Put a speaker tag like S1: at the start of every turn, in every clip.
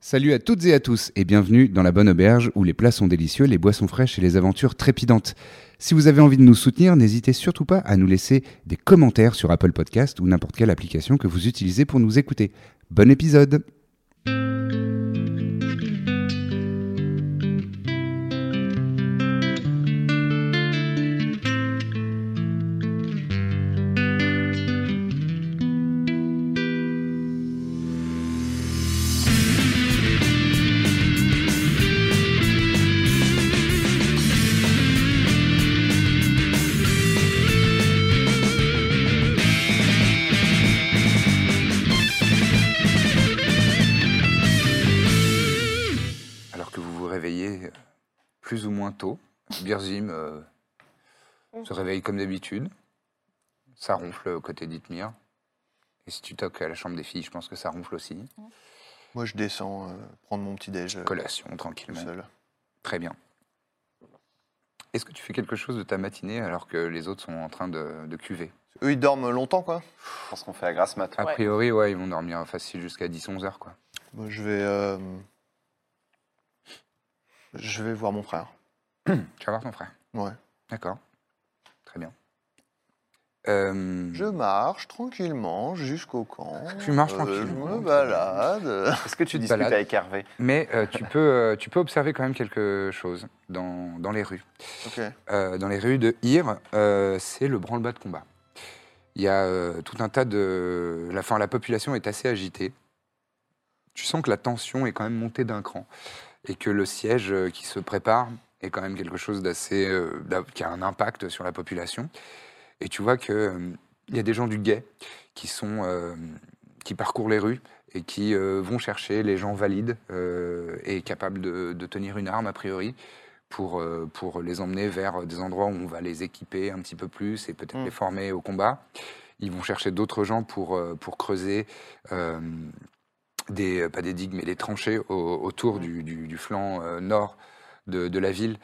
S1: Salut à toutes et à tous et bienvenue dans la bonne auberge où les plats sont délicieux, les boissons fraîches et les aventures trépidantes. Si vous avez envie de nous soutenir, n'hésitez surtout pas à nous laisser des commentaires sur Apple Podcast ou n'importe quelle application que vous utilisez pour nous écouter. Bon épisode Alors que vous vous réveillez euh, plus ou moins tôt, Birzim euh, se réveille comme d'habitude. Ça ronfle côté d'Itmir. Et si tu toques à la chambre des filles, je pense que ça ronfle aussi.
S2: Moi, je descends euh, prendre mon petit déj euh,
S1: Collation,
S2: tout
S1: tranquillement.
S2: seul.
S1: Très bien. Est-ce que tu fais quelque chose de ta matinée alors que les autres sont en train de, de cuver
S2: Eux, ils dorment longtemps, quoi.
S3: Je pense qu'on fait la grasse mat.
S1: A
S4: Ouais.
S1: priori, ouais, ils vont dormir facile jusqu'à 10-11 heures, quoi.
S2: Moi, je vais. euh, Je vais voir mon frère.
S1: Tu vas voir ton frère.
S2: Ouais.
S1: D'accord. Très bien. Euh,
S2: Je marche tranquillement jusqu'au camp.
S1: Tu marches
S2: Euh,
S1: tranquillement.
S2: Je me balade.
S3: Est-ce que tu
S1: Une
S3: discutes
S1: balade.
S3: avec Hervé
S1: Mais euh, tu, peux, euh, tu peux observer quand même quelque chose dans, dans les rues.
S2: ok.
S1: Euh, dans les rues de Ir, euh, c'est le branle-bas de combat. Il y a euh, tout un tas de. La, fin, la population est assez agitée. Tu sens que la tension est quand même montée d'un cran et que le siège euh, qui se prépare est quand même quelque chose d'assez. euh, d'a- qui a un impact sur la population. Et tu vois que euh, il y a des gens du guet qui sont. euh, qui parcourent les rues et qui euh, vont chercher les gens valides euh, et capables de, de tenir une arme a priori pour, euh, pour les emmener vers euh, des endroits où on va les équiper un petit peu plus et peut-être
S2: Mm.
S1: les former au combat. Ils vont chercher d'autres gens pour, euh, pour creuser euh, des, euh, pas des digues, mais des tranchées au- autour du, du- du flanc euh, nord de, de la ville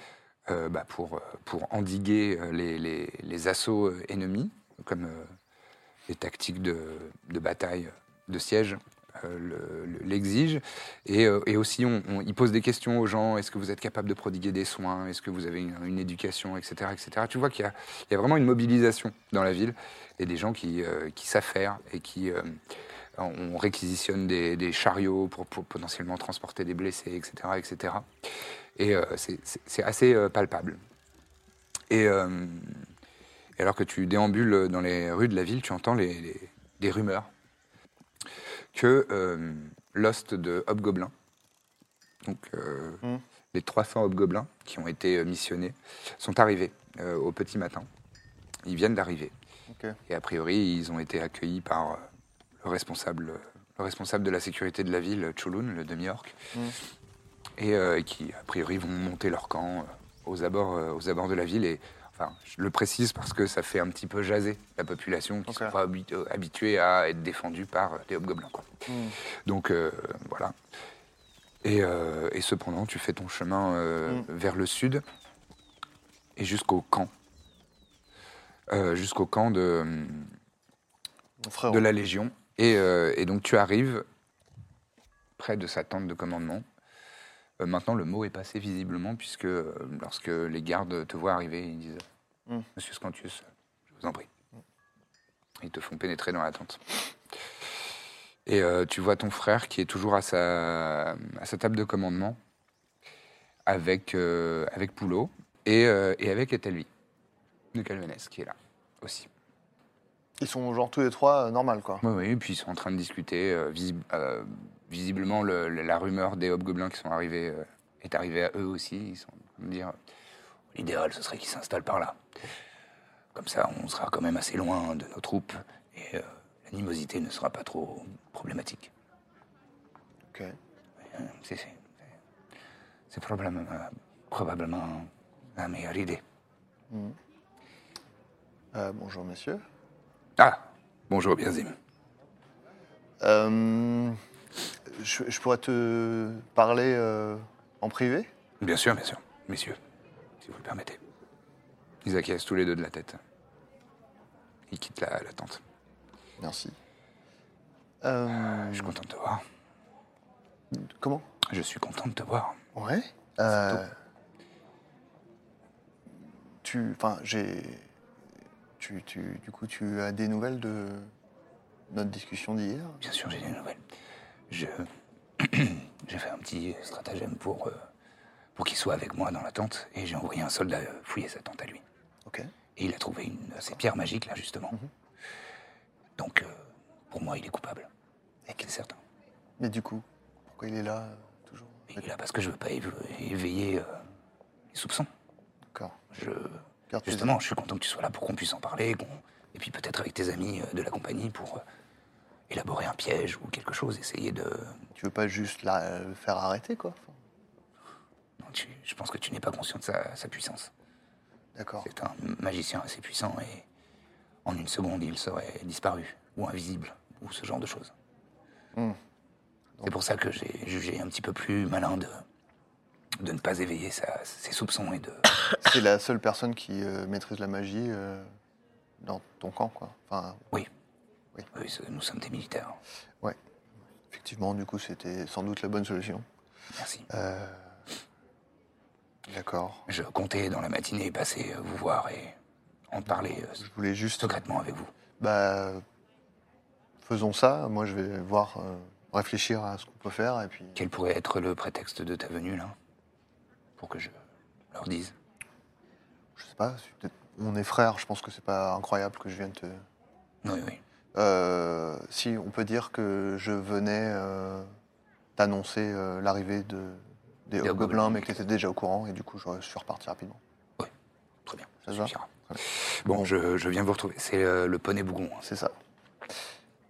S1: euh, bah, pour, euh, pour endiguer euh, les, les- les assauts euh, ennemis, comme euh, les tactiques de, de bataille, de siège euh, le- le- l'exigent. Et, euh, et aussi, on, on- ils posent des questions aux gens. Est-ce que vous êtes capable de prodiguer des soins Est-ce que vous avez une, une éducation etc., etc. Tu vois qu'il y, a- il y a vraiment une mobilisation dans la ville et des gens qui, euh, qui s'affairent et qui... euh, on réquisitionne des, des chariots pour, pour potentiellement transporter des blessés, etc. etc. Et euh, c'est- c'est c'est assez euh, palpable. Et, euh, et alors que tu déambules dans les rues de la ville, tu entends les, les- des rumeurs que euh, l'host de Hobgoblin, donc euh,
S2: Mm.
S1: les 300 Hobgoblins qui ont été euh, missionnés, sont arrivés euh, au petit matin. Ils viennent d'arriver.
S2: Ok.
S1: Et a priori, ils ont été accueillis par euh, le responsable, le responsable de la sécurité de la ville, Chulun, le demi-orc,
S2: Mm.
S1: et euh, qui, a priori, vont monter leur camp euh, aux, abords, euh, aux abords de la ville. Et, enfin, je le précise parce que ça fait un petit peu jaser la population qui ne
S2: Ok.
S1: sont pas habi- euh, habitués à être défendus par euh, des hobgoblins. quoi.
S2: Hmm.
S1: Donc, euh, voilà. Et, euh, et cependant, tu fais ton chemin euh,
S2: Mm.
S1: vers le sud et jusqu'au camp. Euh, jusqu'au camp de... hum,
S2: Mon frère.
S1: de la Légion. Et, euh, et donc tu arrives près de sa tente de commandement. Euh, maintenant, le mot est passé visiblement, puisque euh, lorsque les gardes te voient arriver, ils disent
S2: Mm.
S1: Monsieur Scantius, je vous en prie. Ils te font pénétrer dans la tente. Et euh, tu vois ton frère qui est toujours à sa, à sa table de commandement avec, euh, avec Poulot et, euh, et avec Etelvi de Calvenès qui est là aussi.
S2: Ils sont genre tous les trois euh, normal, quoi.
S1: Oui, oui, et puis ils sont en train de discuter. euh, visi- euh, visiblement, le- le- la rumeur des hobgoblins qui sont arrivés euh, est arrivée à eux aussi. Ils sont en train de dire l'idéal, ce serait qu'ils s'installent par là. Comme ça, on sera quand même assez loin de nos troupes et euh, l'animosité ne sera pas trop problématique.
S2: Ok.
S1: Euh, C'est c'est- c'est- c'est probablement, euh, probablement la meilleure idée.
S2: Euh, bonjour, monsieur.
S1: Ah, bonjour Birzim.
S2: Euh, je, je pourrais te parler euh, en privé
S1: Bien sûr, bien sûr. Messieurs, si vous le permettez. Ils acquiescent tous les deux de la tête. Ils quittent la, la tente.
S2: Merci. Euh,
S1: Je suis content de te voir.
S2: comment
S1: Je suis content de te voir.
S2: Ouais. Euh, tu, enfin, j'ai, tu, tu, du coup, tu as des nouvelles de notre discussion d'hier
S1: Bien sûr, j'ai des nouvelles. Je. j'ai fait un petit stratagème pour, euh, pour qu'il soit avec moi dans la tente et j'ai envoyé un soldat euh, fouiller sa tente à lui.
S2: Ok.
S1: Et il a trouvé une, ces pierres magiques là, justement. Donc, euh, pour moi, il est coupable. Et qu'il est certain.
S2: Mais du coup, pourquoi il est là euh, toujours
S1: Il est là parce que je veux pas éve- éveiller euh, les soupçons.
S2: D'accord.
S1: Je,
S2: Garde tes-
S1: justement, je suis content que tu sois là pour qu'on puisse en parler. qu'on- Et puis peut-être avec tes amis euh, de la compagnie pour euh, élaborer un piège ou quelque chose, essayer de...
S2: Tu veux pas juste la, le faire arrêter, quoi Enfin,
S1: Non, tu- je pense que tu n'es pas conscient de sa, sa puissance.
S2: D'accord.
S1: C'est un magicien assez puissant et en une seconde, il serait disparu ou invisible ou ce genre de choses.
S2: Hmm.
S1: C'est pour ça que j'ai jugé un petit peu plus malin de, de ne pas éveiller sa- ses soupçons et de...
S2: C'est la seule personne qui euh, maîtrise la magie euh, dans ton camp, quoi. Enfin,
S1: Oui, ce- nous sommes des militaires.
S2: effectivement, du coup, c'était sans doute la bonne solution.
S1: Merci.
S2: Euh, D'accord.
S1: Je comptais dans la matinée passer euh, vous voir et en parler euh,
S2: Je voulais juste.
S1: secrètement avec vous.
S2: Bah, faisons ça. Moi, je vais voir, euh, réfléchir à ce qu'on peut faire, et puis.
S1: Quel pourrait être le prétexte de ta venue là Pour que je leur dise.
S2: Je sais pas. c'est peut-être- On est frères. Je pense que c'est pas incroyable que je vienne te.
S1: Oui, oui.
S2: Euh, si on peut dire que je venais euh, t'annoncer euh, l'arrivée de, des
S1: Des
S2: gobelins,
S1: hobgoblins.
S2: mais que t'étais déjà au courant, et du coup, je suis reparti rapidement.
S1: Très bien.
S2: Ça va
S1: suffira. Bon, je, je viens vous retrouver. C'est euh, le poney Bougon. hein.
S2: C'est ça.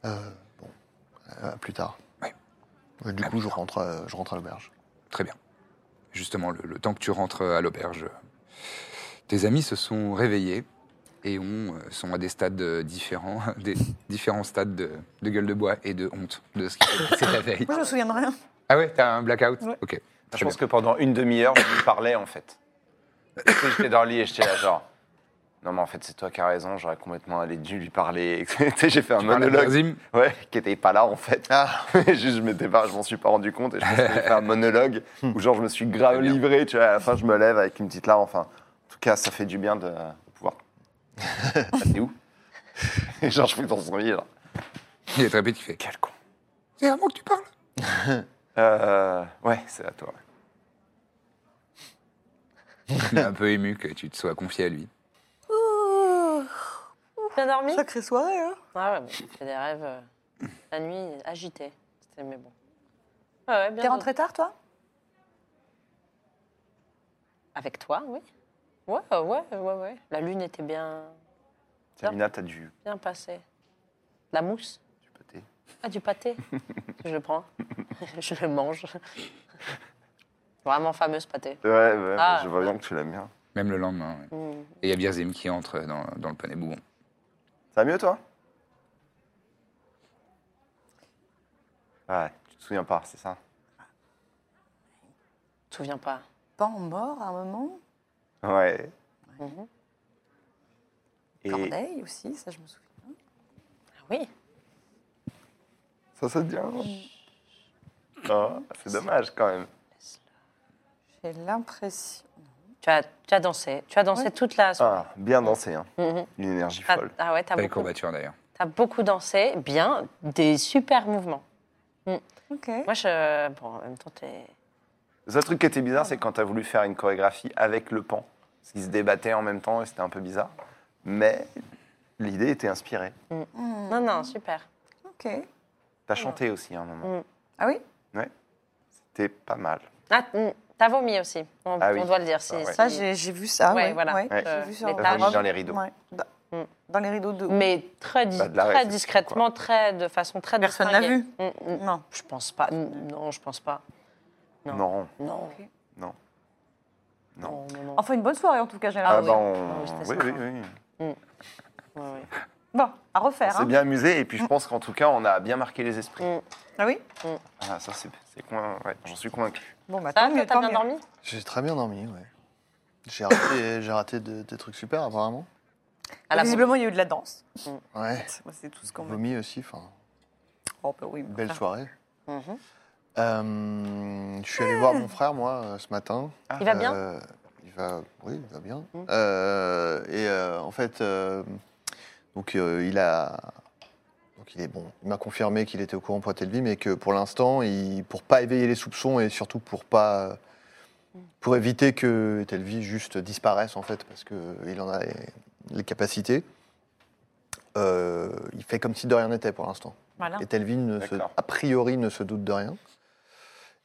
S2: Euh, bon, Euh, à plus tard.
S1: Ouais.
S2: Et du
S1: À
S2: coup,
S1: plus
S2: je
S1: tard.
S2: rentre, à- je rentre à l'auberge.
S1: Très bien. Justement, le, le temps que tu rentres euh, à l'auberge, euh, tes amis se sont réveillés et ont, euh, sont à des stades euh, différents, des différents stades de, de gueule de bois et de honte de ce qui s'est passé la veille.
S3: Moi, je me souviens de rien.
S1: Ah ouais, t'as un blackout
S3: Ouais.
S1: Ok.
S4: Je pense que pendant une demi-heure, je lui parlais en fait. Parce que J'étais dans le lit et j'étais là genre. Non mais en fait c'est toi qui as raison, j'aurais complètement allé dû lui parler. Tu sais, J'ai fait un
S1: Tu parles à
S4: monologue.
S1: Birzim
S4: Ouais, qui était pas là en fait. Juste, je m'étais pas, je m'en suis pas rendu compte et je pense que j'ai fait un monologue où genre je me suis grave
S1: Très bien.
S4: livré. Tu vois, à la fin je me lève avec une petite larme. Enfin, en tout cas ça fait du bien de de pouvoir. Ah, T'es où Et Genre je fouille dans son lit. Là.
S1: Il est très petit, il fait.
S4: Quel con.
S1: C'est à moi que tu parles
S4: Euh, ouais, c'est à toi.
S1: Il est un peu ému que tu te sois confié à lui.
S5: T'as dormi
S3: Sacrée soirée, hein
S5: Ah ouais, bon, j'ai fait des rêves euh, la nuit agitée. C'était mais bon. Ouais, ouais, bien.
S3: T'es rentrée tard, toi
S5: Avec toi, oui. Ouais, euh, ouais, ouais, ouais. La lune était bien,
S4: Samina, t'as du
S5: bien passée. La mousse.
S4: du pâté.
S5: Ah, du pâté. je le prends. je le mange. Vraiment fameux ce pâté.
S4: Ouais, ouais,
S5: Ah.
S4: je vois bien que tu l'aimes bien.
S1: Même le lendemain. ouais.
S5: Mm.
S1: Et il y a Birzim qui entre dans, dans le poney Bougon.
S4: Ça va mieux, toi Ouais, tu te souviens pas, c'est ça
S5: Tu te souviens pas
S3: Pas en mort à un moment.
S4: Ouais.
S5: Mhm.
S4: Et
S3: Corneille aussi, ça je me souviens.
S5: Ah oui.
S4: ça, ça te dit rien Oh, C'est dommage, quand même.
S3: J'ai l'impression.
S5: Tu as, tu as dansé. Tu as dansé
S3: Ouais.
S5: toute la soirée.
S4: Ah, bien dansé, hein.
S5: Mhm.
S4: Une énergie
S5: T'as-
S4: folle.
S5: ah ouais, t'as
S1: Belle
S5: beaucoup,
S1: courbature d'ailleurs.
S5: t'as beaucoup dansé. Bien, des super mouvements.
S3: Ok.
S5: Moi, je. Bon, en même temps, t'es.
S4: Le seul truc qui était bizarre, c'est quand t'as voulu faire une chorégraphie avec le pan. Parce qu'ils se débattaient en même temps et c'était un peu bizarre. Mais l'idée était inspirée.
S3: Hmm,
S5: Non, non, super.
S3: Ok.
S4: T'as chanté aussi à un moment.
S5: Mm.
S3: Ah oui
S4: C'était pas mal.
S5: Ah, mm, t'as vomi aussi. On,
S4: Ah oui.
S5: on doit le dire. Si,
S4: Ah ouais.
S5: si-
S3: Ça, j'ai j'ai vu ça.
S5: Ouais,
S3: ouais,
S5: voilà.
S3: ouais,
S4: Ouais.
S3: J'ai vu ça.
S5: Les
S3: en
S5: taches.
S3: robe.
S4: Dans les rideaux.
S3: Ouais. Da- Dans les rideaux de.
S5: Mais très, dis-
S4: Bah, de la
S5: très
S4: réflexion,
S5: discrètement, très, de façon très
S3: Personne n'a
S5: distinguée.
S3: vu
S5: Mm, mm.
S3: Non.
S5: Je pense pas. Mm, Non, je pense pas. Non.
S4: Non.
S5: Non.
S3: Ok.
S4: Non.
S5: Non, Oh, non, non.
S3: Enfin, une bonne soirée en tout cas,
S4: Ah,
S3: Gérard.
S5: oui.
S4: bah, on-
S5: Ah oui, c'était
S4: oui,
S5: sympa.
S4: oui, oui.
S3: Oh.
S5: Ouais, ouais.
S3: Bon, à
S4: On
S3: refaire.
S4: s'est
S3: hein.
S4: bien amusé et puis je pense qu'en tout cas, on a bien marqué les esprits.
S5: Mm.
S3: Ah oui
S4: Ah, ça, c'est c'est coin- ouais, j'en suis convaincu.
S3: Bon, bah
S5: Ça
S3: tant
S5: va, toi,
S3: mieux,
S5: t'as
S3: tant
S5: bien
S3: mieux.
S5: dormi
S2: J'ai très bien dormi, ouais. J'ai raté, j'ai raté de- des trucs super, apparemment.
S5: À la
S3: Ah, Visiblement, il y a eu de la danse.
S2: Ouais.
S3: Moi, C'est tout ce qu'on veut.
S2: Vomi aussi, enfin,
S3: Oh, bah oui.
S2: belle soirée.
S5: bombe. Mhm.
S2: Euh, je suis allé voir mon frère, moi, euh, ce matin.
S4: Ah,
S5: Il va bien
S2: Euh, il va, oui, il va bien.
S5: Mm.
S2: Euh, et euh, en fait, euh, donc euh, il a, donc il est bon. Il m'a confirmé qu'il était au courant pour vie, mais que pour l'instant, il- pour pas éveiller les soupçons et surtout pour pas, pour éviter que Telvi juste disparaisse en fait, parce que il en a les, les capacités. euh, il fait comme si de rien n'était pour l'instant.
S3: Voilà.
S2: Et Telvin, ne se-
S4: D'accord.
S2: a priori, ne se doute de rien.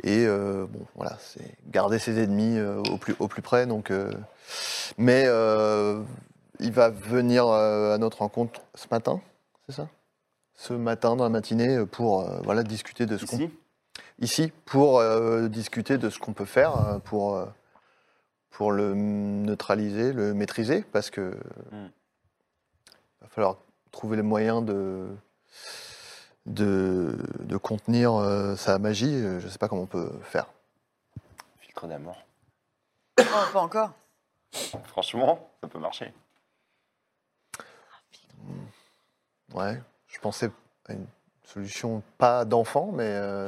S2: Et euh, bon, voilà, c'est garder ses ennemis euh, au, plus, au plus près. Donc, euh, mais euh, il va venir euh, à notre rencontre ce matin, c'est ça Ce matin, dans la matinée, euh, pour euh, voilà, discuter de ce qu'on
S4: Ici
S2: ici pour euh, discuter de ce qu'on peut faire euh, pour, euh, pour le neutraliser, le maîtriser, parce que
S4: Mm.
S2: va falloir trouver les moyens de, de, de contenir euh, sa magie. Euh, Je ne sais pas comment on peut faire.
S4: Filtre d'amour.
S3: Oh, pas encore.
S4: Franchement, ça peut marcher.
S2: Ouais, je pensais à une solution pas d'enfant, mais euh,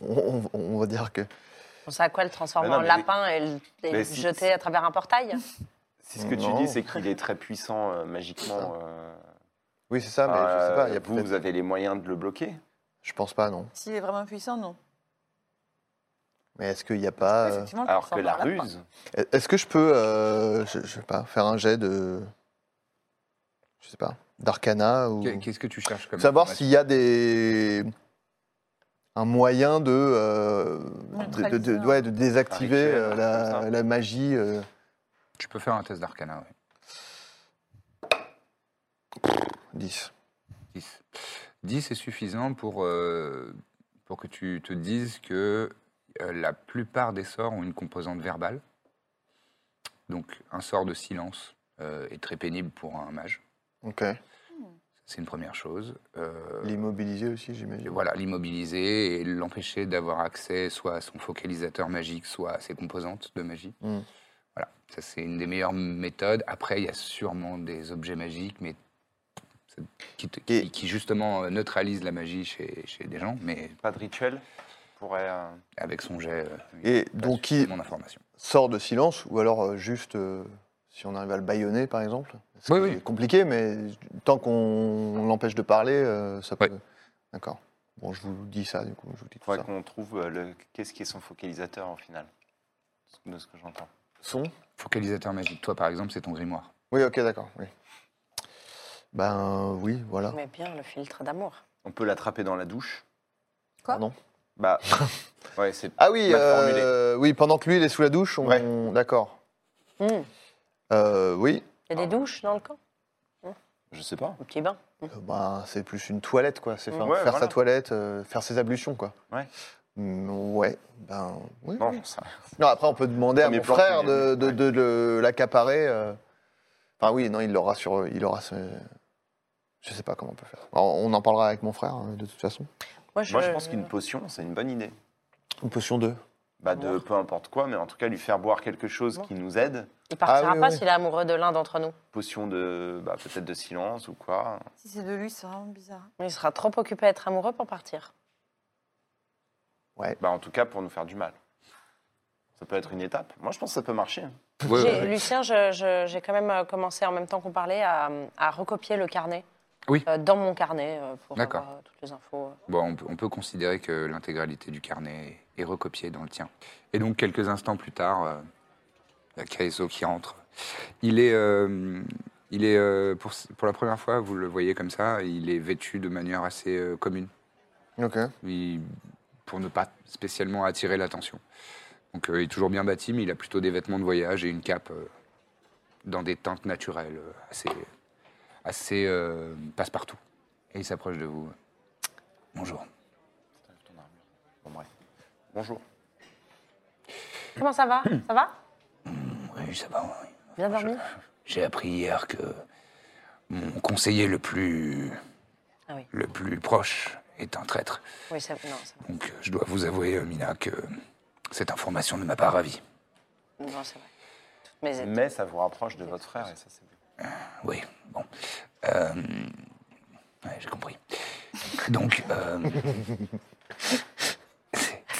S2: on, on- on va dire que
S5: On sait à quoi le transformer
S4: Mais non,
S5: en
S4: mais
S5: lapin et le, et
S4: Mais
S5: le
S4: si-
S5: jeter à travers un portail
S4: Si ce que
S2: Non.
S4: tu dis, c'est qu'il est très puissant euh, magiquement. euh,
S2: oui, c'est ça, Ah, mais je sais pas. il Y
S4: euh,
S2: a
S4: vous,
S2: peut-être-
S4: vous avez les moyens de le bloquer
S2: Je pense pas, non.
S3: S'il est vraiment puissant, non.
S2: Mais est-ce qu'il n'y a pas
S3: Oui,
S2: euh,
S3: effectivement, le
S4: Alors que
S3: transformer
S4: la
S3: en lapin.
S4: ruse,
S2: Est-ce que je peux, euh, je, je sais pas, faire un jet de, je sais pas, d'arcana ou
S1: Qu'est- Qu'est-ce que tu cherches comme
S2: Mmh. savoir
S1: information
S2: s'il y a des un moyen de, euh, de, de- de-
S3: Neutraliser,
S2: ouais, de désactiver
S4: rituel,
S2: euh,
S4: un truc comme
S2: la,
S4: ça.
S2: la magie. euh.
S1: Tu peux faire un test d'arcana, ouais.
S2: 10.
S1: 10. 10 est suffisant pour, euh, pour que tu te dises que euh, la plupart des sorts ont une composante verbale. Donc un sort de silence euh, est très pénible pour un mage.
S2: Ok.
S4: Euh,
S1: C'est une première chose. Euh,
S2: L'immobiliser aussi,
S1: et
S2: j'imagine.
S1: voilà, l'immobiliser et l'empêcher d'avoir accès soit à son focalisateur magique, soit à ses composantes de magie.
S2: Mm.
S1: Voilà, ça c'est une des meilleures méthodes. Après, il y a sûrement des objets magiques, mais c'est- qui, te- qui-
S2: Et-
S1: qui, justement euh, neutralisent la magie chez, chez des gens, mais
S4: pas de rituel pourrait. euh,
S1: avec son jet. euh,
S2: Et
S1: il
S2: donc,
S1: passe
S2: il-
S1: mon information.
S2: Sort de silence ou alors euh, juste euh, si on arrive à le baïonner, par exemple. Ce
S1: Oui,
S2: qui
S1: oui.
S2: est compliqué, mais tant qu'on l'empêche de parler, euh, ça peut.
S1: Ouais.
S2: D'accord. Bon, je vous dis ça, du coup, je vous dis tout
S4: faudrait
S2: ça.
S4: qu'on trouve euh, le... qu'est-ce qui est son focalisateur au final, de ce que j'entends.
S2: Son.
S1: Focalisateur magique, toi par exemple, c'est ton grimoire.
S2: Oui, ok, d'accord. Oui. Ben oui,
S4: Ah.
S2: voilà.
S5: Mais bien, le filtre d'amour.
S4: On peut l'attraper dans la douche.
S3: Quoi
S2: Pardon
S4: Bah, ouais, c'est.
S2: Ah oui,
S4: Mal
S2: euh, oui, pendant que lui il est sous la douche, on... d'accord.
S4: Mmh.
S5: Mm. Il
S2: Euh, oui,
S5: y a
S4: Ah
S5: des douches dans le camp
S4: Je sais pas.
S5: Un petit bain
S2: Euh, ben, c'est plus une toilette quoi, c'est faire,
S4: Mmh. Ouais,
S2: faire sa
S4: voilà.
S2: toilette, euh, faire ses ablutions quoi.
S4: Ouais.
S2: Mm, ouais, ben oui.
S4: Non, j'en sais rien.
S2: Non, après on peut demander à
S4: Premier
S2: mon
S4: plan,
S2: frère
S4: premier-
S2: de, de,
S4: ouais.
S2: de le- l'accaparer. euh. Enfin oui, non, il l'aura sur, il aura. ce- Je sais pas comment on peut faire. Alors, on en parlera avec mon frère euh, de toute façon.
S4: Moi, je pense qu'une potion, c'est une bonne idée.
S2: Une potion 2.
S4: Bah, de peu importe quoi, mais en tout cas, lui faire boire quelque chose qui nous aide.
S5: Il partira
S2: Ah oui,
S5: pas
S2: oui.
S5: s'il est amoureux de l'un d'entre nous.
S4: Potion de. Bah, peut-être de silence ou quoi.
S3: Si c'est de lui, c'est vraiment bizarre.
S5: Il sera trop occupé à être amoureux pour partir.
S4: Bah, en tout cas, pour nous faire du mal. Ça peut être une étape. Moi, je pense que ça peut marcher. hein.
S1: Ouais,
S5: J'ai-
S1: ouais, ouais.
S5: Lucien, je- je- j'ai quand même euh, commencé en même temps qu'on parlait à, à recopier le carnet.
S1: Oui.
S5: Euh, dans mon carnet euh, pour
S1: D'accord.
S5: avoir euh, toutes les infos.
S1: Bon, on peut, on peut considérer que l'intégralité du carnet est recopiée dans le tien. Et donc, quelques instants plus tard, euh, il y a Kaizo qui rentre. Il est, euh, il est euh, pour, pour la première fois, vous le voyez comme ça, il est vêtu de manière assez euh, commune,
S2: Ok.
S1: Il- pour ne pas spécialement attirer l'attention. Donc, euh, il est toujours bien bâti, mais il a plutôt des vêtements de voyage et une cape euh, dans des teintes naturelles, euh, assez, assez euh, passe-partout. Et il s'approche de vous. Bonjour.
S4: Bon, bref. Bonjour.
S5: Comment ça va Ça va
S1: Oui, ça va. oui.
S5: Bien dormi
S1: J'ai appris hier que mon conseiller le plus,
S5: Ah oui.
S1: le plus proche est un traître.
S5: Oui, ça, non, ça va.
S1: Donc euh, je dois vous avouer, euh, Mina, que cette information ne m'a pas ravi.
S5: Non, c'est vrai. Toutes mes aides.
S4: Mais ça vous rapproche de votre frère et ça, c'est bien.
S1: Oui, bon. Euh, ouais, j'ai compris. Donc, euh, c'est-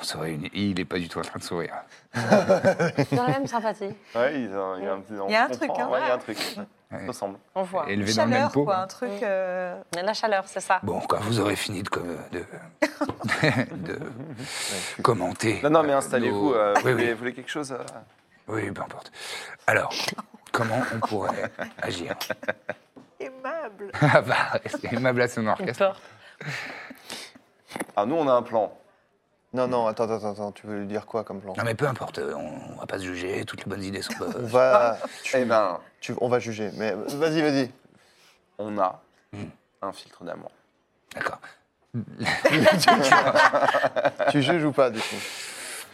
S1: on se réunit. Il n'est pas du tout en train de sourire.
S5: Dans la même sympathie,
S4: Ouais, il y a un, il y a un petit. on
S3: Il y a un
S4: comprend,
S3: truc, hein.
S4: ouais, il y a un truc. Ça
S1: Ouais.
S4: ressemble.
S5: on voit.
S1: Élevé dans le même
S3: Chaleur,
S1: pot.
S3: quoi, un truc. euh,
S5: Mais La chaleur, c'est ça.
S1: Bon, quand vous aurez fini de, com- de, de commenter.
S4: Non, non, mais
S1: euh,
S4: installez-vous.
S1: nos-
S4: euh, vous,
S1: oui,
S4: voulez-
S1: oui,
S4: vous voulez quelque chose euh,
S1: oui, peu importe. Alors, comment on pourrait agir
S3: Aimable.
S1: Ah bah, c'est aimable à son
S5: Une
S1: orchestre.
S5: porte.
S4: Ah, nous, on a un plan.
S2: Non, non, attends, attends, attends, tu veux lui dire quoi comme plan
S4: Ah,
S1: Non mais peu importe, euh, on, on va pas se juger, toutes les bonnes idées sont
S2: On
S1: bonnes.
S2: va,
S4: Eh ben,
S2: tu- on va juger, mais vas-y, vas-y.
S4: on a un filtre d'amour.
S1: D'accord.
S2: Tu juges ou pas, du coup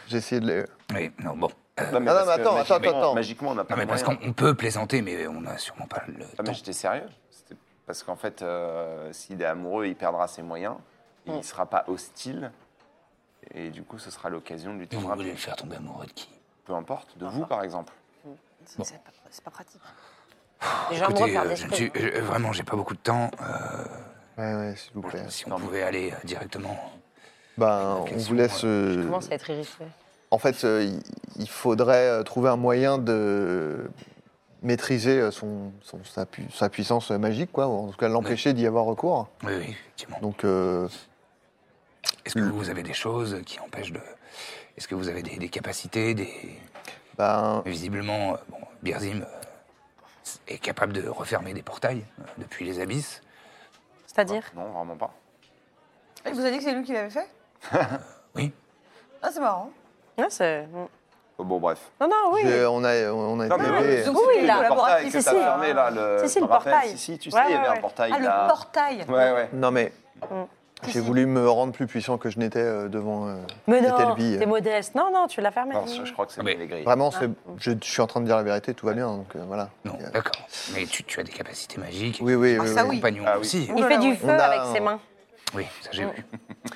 S2: J'ai essayé de le...
S1: Oui, non, bon.
S4: Non, mais,
S2: Ah, non,
S4: parce
S2: mais
S4: que
S2: attends, attends,
S4: magiquement-
S2: attends.
S4: Magiquement, on n'a pas
S1: Non mais
S4: de
S1: parce qu'on
S4: moyens.
S1: on peut plaisanter, mais on n'a sûrement pas le
S4: Ah, mais
S1: temps.
S4: j'étais sérieux. C'était Parce qu'en fait, euh, s'il est amoureux, il perdra ses moyens. et Il ne sera pas hostile. Et du coup, ce sera l'occasion de lui
S1: Vous
S4: tenir un
S1: voulez
S4: peu.
S1: le faire tomber amoureux de qui
S4: Peu importe, de vous, par exemple.
S3: C'est c'est pas, c'est pas pratique.
S5: Les gens me
S1: Écoutez,
S5: regardent
S1: euh, je ne suis-
S5: d'esprit.
S1: euh, vraiment, j'ai pas beaucoup de temps. euh,
S2: Ouais, ouais, s'il vous plaît.
S1: si on pouvait aller euh, directement.
S2: Ben, on vous laisse... euh,
S5: Je commence à être irritée.
S2: En fait, euh, il- il faudrait euh, trouver un moyen de maîtriser euh, son, son- sa, pu- sa puissance magique, quoi, ou en tout cas l'empêcher d'y avoir recours.
S1: Oui, oui, effectivement.
S2: Donc, euh,
S1: Est-ce que vous avez des choses qui empêchent de. Est-ce que vous avez des, des capacités des...
S2: ben,
S1: Visiblement, euh, bon, Birzim euh, est capable de refermer des portails euh, depuis les abysses.
S5: C'est-à-dire
S4: Non, vraiment pas.
S3: Il vous a dit que c'est lui qui l'avait fait
S1: Oui.
S3: Ah, c'est marrant.
S1: Bah.
S5: Non, c'est.
S4: Oh, Bon, bref.
S5: Non, non, oui.
S1: euh,
S2: j'ai- on a, on a
S4: Non, mais
S2: été-
S4: oui,
S3: Donc,
S5: Oui,
S3: c'est lui
S5: là,
S3: le
S4: le portail
S3: collaboratif,
S4: que
S5: si,
S4: t'as
S5: si.
S4: fermé, là. Le,
S5: Si, si,
S4: je
S5: le
S4: me rappelle,
S5: portail.
S4: Si, si, tu
S5: Ouais,
S4: sais, il y
S5: ouais,
S4: avait un
S5: ouais.
S4: portail,
S3: Ah, le
S4: là.
S3: portail
S4: Ouais, ouais.
S2: Non, mais
S5: Mm.
S2: j'ai voulu me rendre plus puissant que je n'étais euh, devant. euh,
S5: Mais
S2: C'était
S5: non,
S2: le bille.
S5: t'es modeste. Non, non, tu l'as fermé.
S4: Non, je crois que c'est
S1: Ah, Mais-
S4: les grilles.
S2: Vraiment, c'est- je, je suis en train de dire la vérité, tout va bien, donc euh, voilà.
S1: Non,
S2: Euh,
S1: d'accord. Mais tu, tu as des capacités magiques.
S2: Oui, oui,
S3: Ah,
S2: oui,
S3: ça,
S2: oui.
S3: oui.
S1: Compagnon
S4: Ah oui.
S1: aussi.
S3: Ouh
S5: Il
S3: là
S5: fait
S3: là,
S5: du
S3: oui.
S5: feu
S2: On a
S5: avec
S2: un-
S5: ses mains.
S1: Oui, ça j'ai vu.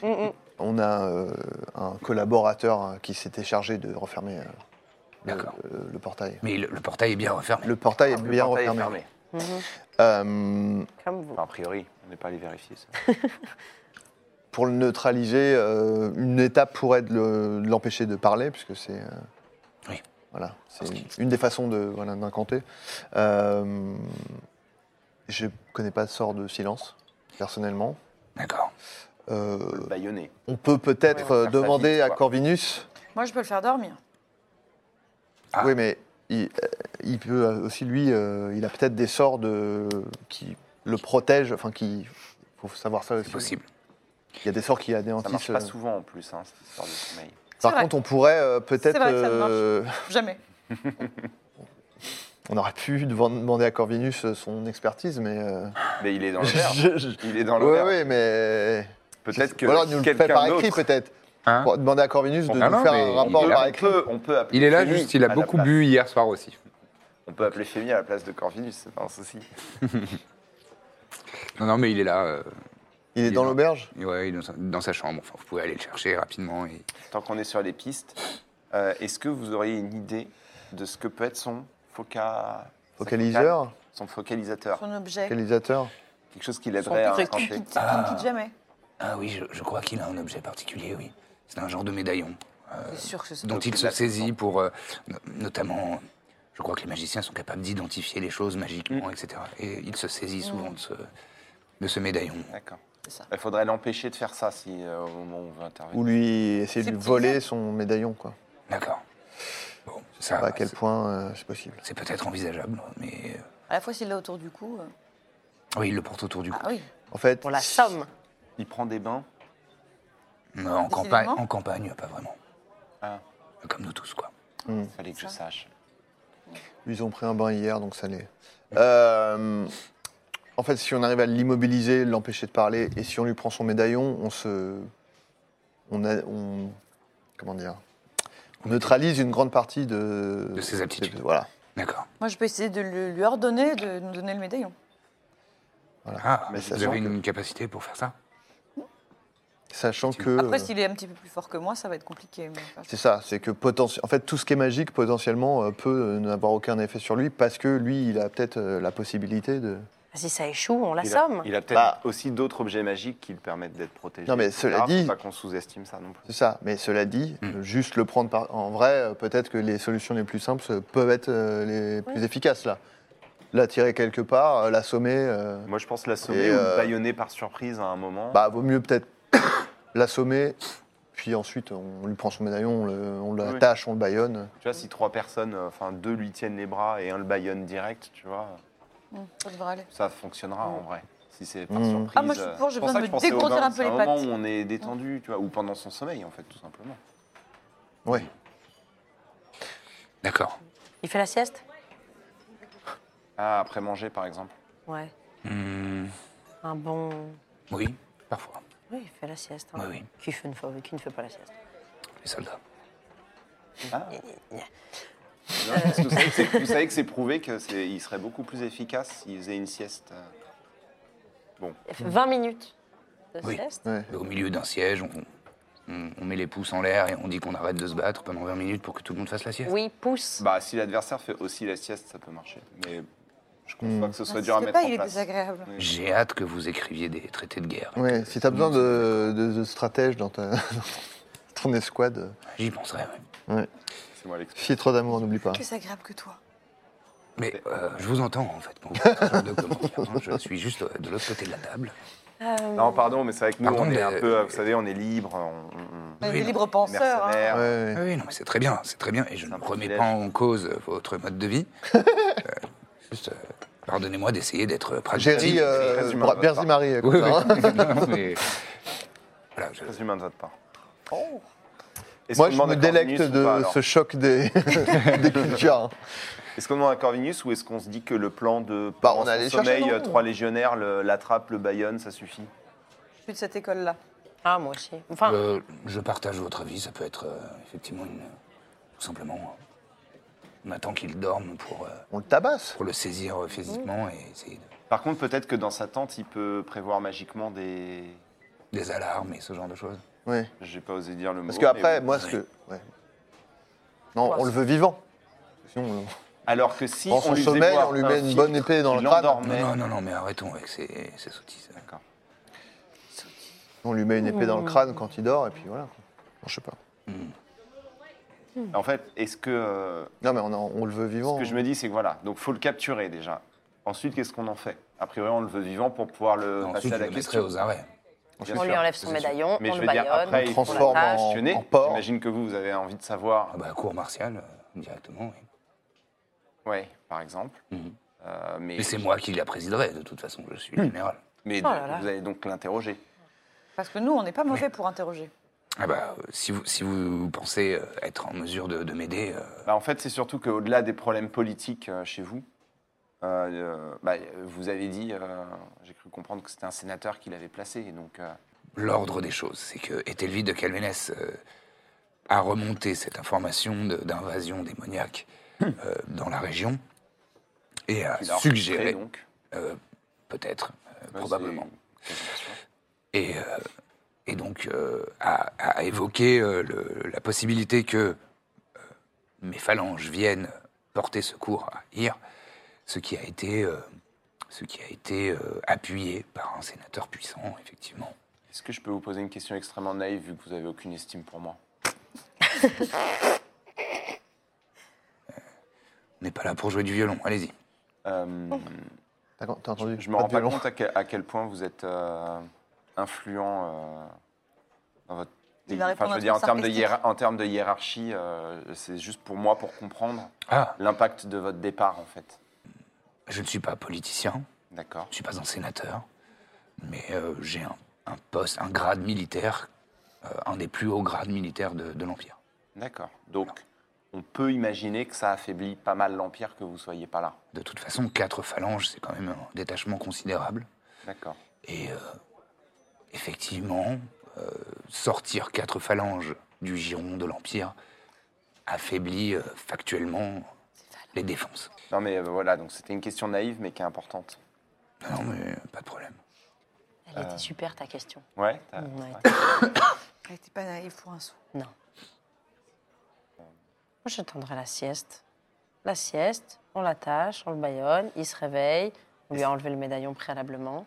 S5: Mm, mm.
S2: On a euh, un collaborateur euh, qui s'était chargé de refermer euh, le,
S1: D'accord.
S2: euh, le portail.
S1: Mais le, le portail est bien refermé.
S2: Le portail est
S4: Ah, Le
S2: bien
S4: portail est
S2: refermé.
S4: fermé.
S2: Euh,
S5: Comme vous.
S4: Enfin, a priori, on n'est pas allé vérifier ça.
S2: pour le neutraliser, euh, une étape pourrait être le- de l'empêcher de parler, puisque c'est. euh,
S1: Oui.
S2: Voilà, c'est
S1: Parce
S2: une, une des façons de voilà, d'incanter. Euh, je connais pas de sort de silence, personnellement.
S1: D'accord.
S2: Euh,
S4: Le baïonner.
S2: on peut peut-être
S4: Ouais, on va
S2: euh,
S4: faire ça
S2: demander
S4: vite,
S2: à
S4: quoi.
S2: Corvinus.
S3: Moi, je peux le faire dormir.
S1: Ah.
S2: Oui, mais il, euh, il peut euh, aussi, lui, euh, il a peut-être des sorts de, qui le protègent, enfin qui. faut savoir ça aussi.
S1: C'est possible.
S2: Il y a des sorts qui
S4: Ça
S2: anéantissent.
S4: marche pas
S2: euh,
S4: souvent en plus, hein, cette histoire de sommeil.
S2: Par
S3: C'est vrai.
S2: contre, on pourrait euh, peut-être.
S3: C'est vrai que ça ne marche
S2: euh,
S3: Jamais.
S2: on aurait pu devan- demander à Corvinus euh, son expertise, mais. euh,
S4: Mais il est dans le verre.
S2: je- je-
S4: Il est dans le
S2: Ouais,
S4: verre.
S2: ouais, mais.
S4: Peut-être que
S2: Ou alors, il nous le fait par
S4: quelqu'un
S2: écrit,
S4: d'autre.
S2: peut-être.
S1: Hein
S2: Pour demander à Corvinus de
S1: Ah
S2: nous
S1: non,
S2: faire
S1: mais
S2: un
S1: il
S2: rapport
S1: est là.
S2: par
S4: On
S2: écrit.
S4: peut, on peut appeler
S1: Il est là
S4: Fémi
S1: juste, il a
S4: à la
S1: beaucoup
S4: place.
S1: bu hier soir aussi.
S4: On peut appeler Fémi à la place de Corvinus, c'est pas un souci.
S1: Non, non, mais il est là. euh,
S2: Il est
S1: il est
S2: dans
S1: là.
S2: l'auberge
S1: ouais, il est dans sa, dans sa chambre. Enfin, vous pouvez aller le chercher rapidement. Et...
S4: Tant qu'on est sur les pistes, euh, est-ce que vous auriez une idée de ce que peut être son foca... sa focale-
S2: Focaliseur
S4: Son focalisateur.
S3: Son objet.
S2: Focalisateur
S4: Quelque chose qui
S3: Son
S4: l'aiderait à
S3: truc qui ne
S4: incanter.
S3: quitte qui ne quitte jamais.
S1: Ah oui, je, je crois qu'il a un objet particulier, oui. C'est un genre de médaillon euh,
S3: C'est sûr que c'est
S1: dont
S4: Ok,
S1: il se
S4: d'accord.
S1: saisit pour, euh, no- notamment, je crois que les magiciens sont capables d'identifier les choses magiquement, etc. Et il se saisit
S3: Mm.
S1: souvent de ce, de ce médaillon.
S4: D'accord.
S3: C'est ça.
S4: Il faudrait l'empêcher de faire ça si euh, au moment où on veut intervenir.
S2: Ou lui, essayer de
S3: C'est
S2: lui
S3: petit, hein.
S2: voler son médaillon, quoi.
S1: D'accord. Bon,
S2: Je sais
S1: ça,
S2: pas à quel point euh, c'est possible.
S1: c'est peut-être envisageable, mais euh,
S3: À la fois, s'il l'a autour du cou. euh,
S1: oui, il le porte autour du cou.
S3: Ah oui.
S2: En fait.
S5: Pour la somme.
S4: Il prend des bains.
S1: Non, Euh, en campagne,
S3: Décidément.
S1: en campagne, pas vraiment.
S4: Ah.
S1: Comme nous tous, quoi.
S4: Fallait que je sache.
S2: Ils ont pris un bain hier, donc ça l'est. Euh, en fait, si on arrive à l'immobiliser, l'empêcher de parler, et si on lui prend son médaillon, on se. On a. on- comment dire On neutralise une grande partie de.
S1: De ses aptitudes.
S2: Voilà.
S1: D'accord.
S3: Moi, je peux essayer de le- lui ordonner de nous donner le médaillon.
S1: Ah,
S2: Mais ça
S1: vous
S2: sent
S1: avez
S2: que-
S1: une capacité pour faire ça
S2: Sachant que.
S3: Après,
S2: euh,
S3: s'il est un petit peu plus fort que moi, ça va être compliqué. mais enfin, je-
S2: C'est ça, c'est que potentiellement, en fait, tout ce qui est magique, potentiellement, euh, peut euh, n'avoir aucun effet sur lui parce que lui, il a peut-être euh, la possibilité de.
S5: Bah, Si ça échoue, on
S4: Il a,
S5: l'assomme.
S4: il a peut-être
S2: Bah.
S4: aussi d'autres objets magiques qui le permettent d'être protégé.
S2: Non, mais
S4: etc.
S2: cela dit-
S4: Faut pas qu'on sous-estime ça non plus.
S2: C'est ça, mais cela dit,
S1: Mm.
S2: euh, juste le prendre par... en vrai, euh, peut-être que les solutions les plus simples euh, peuvent être euh, les plus efficaces là. L'attirer quelque part, euh, l'assommer, euh,
S4: Moi, je pense l'assommer
S2: Et,
S4: ou
S2: euh,
S4: le bâillonner par surprise à un moment.
S2: bah vaut mieux peut-être l'assommer, puis ensuite on lui prend son médaillon, on le- on
S4: Oui.
S2: l'attache, on le baillonne.
S4: Tu vois, si trois personnes, euh, enfin deux lui tiennent les bras et un le baillonne direct, tu vois,
S3: Hmm, Ça devrait aller.
S4: ça fonctionnera en vrai. Si c'est par
S2: Mm.
S4: surprise.
S3: Ah, moi, je suis
S4: euh,
S3: pour, j'ai
S4: c'est
S3: besoin
S4: ça
S3: de me
S4: que je pensais au
S3: décontraire
S4: bain,
S3: un peu
S4: c'est
S3: les
S4: moment
S3: pattes. Mm.
S4: où on est détendu, tu vois, ou pendant son sommeil, en fait, tout simplement.
S2: Ouais.
S1: D'accord.
S5: Il fait la sieste
S4: Ah, après manger, par exemple.
S3: Mm.
S5: Ouais.
S1: Hmm,
S5: Un bon.
S1: oui, parfois.
S5: Oui, il fait la sieste.
S4: Bah
S5: hein.
S1: Oui, oui.
S5: Qui, fait une fois- qui ne fait pas la sieste
S1: Les soldats.
S4: Ah. Non, parce que vous, savez que c'est- vous savez que c'est prouvé qu'il serait beaucoup plus efficace s'il faisait une sieste. euh,
S5: Il
S4: Mmh.
S5: fait 20 minutes de
S1: Oui.
S5: sieste.
S2: ouais.
S1: Au milieu d'un siège, on, on- on met les pouces en l'air et on dit qu'on arrête de se battre pendant 20 minutes pour que tout le monde fasse la sieste.
S5: Oui, pousse.
S4: Bah, si l'adversaire fait aussi la sieste, ça peut marcher. Mais je comprends
S2: Mm.
S4: que ce
S3: Ah,
S4: soit
S3: si
S4: dur à
S3: c'est
S4: mettre
S3: pas,
S4: en
S3: il est
S4: place.
S3: désagréable.
S4: Oui.
S1: J'ai hâte que vous écriviez des traités de guerre.
S4: Mm.
S2: Ouais, si t'as besoin de, de- de stratège dans, ta- dans ton escouade, euh,
S1: J'y penserai, oui.
S4: C'est moi l'expert.
S2: si trop d'amour, n'oublie pas.
S3: Plus agréable que toi.
S1: Mais euh, je vous entends, en fait, pour vous faire ce genre de commentaires, hein. Je suis juste euh, de l'autre côté de la table.
S3: Ah
S5: Euh,
S4: Non, pardon, mais c'est vrai que nous,
S1: Pardon,
S4: on
S1: mais,
S4: est un
S1: euh,
S4: peu, euh, vous savez, on est libre, on, on-
S3: On est
S1: Oui,
S3: des
S1: non.
S3: libres
S4: on est
S3: penseurs. hein.
S4: mercenaires.
S2: Ouais, ouais.
S1: Ah oui, non, mais c'est très bien, c'est très bien. Et je ne
S4: un
S1: remets
S4: privilège.
S1: pas en cause votre mode de vie. Euh, juste, euh, pardonnez-moi d'essayer d'être euh,
S2: J'ai
S1: pragmatique.
S2: ri,
S4: Ah, c'est
S2: euh,
S4: très humain de votre
S2: Berzi
S4: part.
S2: Marie, comme
S1: Oui,
S2: ça,
S1: oui.
S2: hein.
S1: Non, mais- Voilà, je-
S4: Très humain de votre part.
S2: Oh.
S4: Est-ce
S2: Moi,
S4: qu'on
S2: je
S4: demande
S2: me
S4: à Corvinus
S2: délecte
S4: ou pas,
S2: de
S4: alors
S2: ce choc des, des cultures. hein.
S4: Est-ce qu'on demande à Corvinus ou est-ce qu'on se dit que le plan de
S2: Bah,
S4: pendant
S2: on allait
S4: son
S2: chercher,
S4: sommeil,
S2: non
S4: euh, trois légionnaires, le- l'attrape, le Bayonne, ça suffit
S3: Je suis de cette école-là.
S5: Ah, moi aussi. Enfin,
S4: Bah,
S1: Euh, je partage votre avis, ça peut être euh, effectivement une. Tout simplement. euh, On attend qu'il dorme pour, euh,
S2: On le tabasse.
S1: pour le saisir euh,
S4: Mm.
S1: physiquement et essayer de-
S4: Par contre, peut-être que dans sa tente, il peut prévoir magiquement des.
S1: des alarmes et ce genre de choses.
S2: Ouais.
S4: J'ai pas osé dire le mot.
S2: Parce qu'après,
S4: mais-
S2: moi, ce que. ouais. Non, on le veut vivant. Sinon,
S4: Alors que si
S2: on... dans
S4: on
S2: son
S4: lui
S2: sommeil,
S4: faisait
S2: on lui
S4: boire
S2: met
S4: un
S2: une
S4: filtre
S2: bonne épée dans
S4: qui
S2: le crâne.
S4: l'endormait,
S1: Non, non, non, mais arrêtons avec ces, ces sottises.
S4: D'accord.
S2: On lui met une épée
S3: Mmh.
S2: dans le crâne quand il dort, et puis voilà. quoi. Non, je sais pas.
S4: En fait, est-ce que. euh,
S2: Non, mais on, en- on le veut
S4: Ce
S2: vivant.
S4: que je me dis, c'est que voilà, donc faut le capturer déjà. Ensuite, qu'est-ce qu'on en fait A priori, on le veut vivant pour pouvoir le
S1: Ensuite,
S4: passer à
S1: je
S4: la
S1: le mettrai
S4: question.
S1: aux arrêts.
S4: Bien
S5: on lui
S4: sûr.
S5: enlève son médaillon,
S4: Mais
S5: on
S4: je
S5: le
S4: veux dire,
S5: baillonne,
S4: après, il
S5: on
S4: faut
S2: transforme en-
S5: l'attache.
S4: Questionner.
S2: en porc.
S4: J'imagine que vous, vous avez envie de savoir.
S1: Ah bah, cour martiale, euh, directement. oui.
S4: Oui, par exemple.
S1: Mhm.
S4: Euh, mais
S1: Mais c'est moi qui la présiderai, de toute façon, je suis
S4: Hmm.
S1: le général.
S4: mais
S5: Oh là là.
S4: vous allez donc l'interroger.
S3: Parce que nous, on n'est pas mauvais pour interroger.
S1: Ah bah, euh, si vous, si vous pensez euh, être en mesure de, de m'aider, euh,
S4: Bah, en fait, c'est surtout qu'au-delà des problèmes politiques euh, chez vous, euh, euh, bah, euh, vous avez dit, euh, j'ai cru comprendre que c'était un sénateur qui l'avait placé. et Donc, euh,
S1: l'ordre des choses, c'est que Etelvi de Calvénès euh, a remonté cette information de- d'invasion démoniaque euh, dans la région et a
S4: Hmm. il l'a
S1: suggéré,
S4: enregistré, donc.
S1: euh, peut-être, euh,
S4: Ouais,
S1: probablement.
S4: c'est- quasiment sûr.
S1: et, euh, et donc euh, à, à évoquer euh, le- la possibilité que euh, mes phalanges viennent porter secours à Ir, ce qui a été, euh, ce qui a été euh, appuyé par un sénateur puissant, effectivement.
S4: Est-ce que je peux vous poser une question extrêmement naïve vu que vous n'avez aucune estime pour moi
S1: On n'est pas là pour jouer du violon, allez-y.
S4: Euh,
S2: T'as t'as entendu
S4: Je me
S2: Pas
S4: rends
S2: de
S4: pas
S2: violon.
S4: compte à quel, à quel point vous êtes euh, influent euh, dans votre.
S3: Il va répondre
S4: je veux
S3: un
S4: dire, en
S3: truc
S4: termes, de
S3: sarcastique.
S4: hiéra- en termes de hiérarchie, euh, c'est juste pour moi pour comprendre
S1: Ah,
S4: l'impact de votre départ en fait.
S1: je ne suis pas politicien,
S4: D'accord.
S1: je ne suis pas un sénateur, mais euh, j'ai un, un poste, un grade militaire, euh, un des plus hauts grades militaires de, de l'Empire.
S4: D'accord. Donc, on peut imaginer que ça affaiblit pas mal l'Empire que vous soyez pas là.
S1: De toute façon, quatre phalanges, c'est quand même un détachement considérable.
S4: D'accord.
S1: Et euh, effectivement, euh, sortir quatre phalanges du giron de l'Empire affaiblit euh, factuellement les défenses.
S4: Non mais euh, voilà, donc c'était une question naïve mais qui est importante.
S1: Non, mais pas de problème.
S5: Elle
S4: euh,
S5: était super, ta question.
S4: Ouais. t'as-
S5: Ouais.
S4: ouais.
S3: Elle était pas naïve pour un sou.
S5: Moi, j'attendrai la sieste. La sieste, on l'attache, on le baillonne, il se réveille, on lui a enlevé le médaillon préalablement.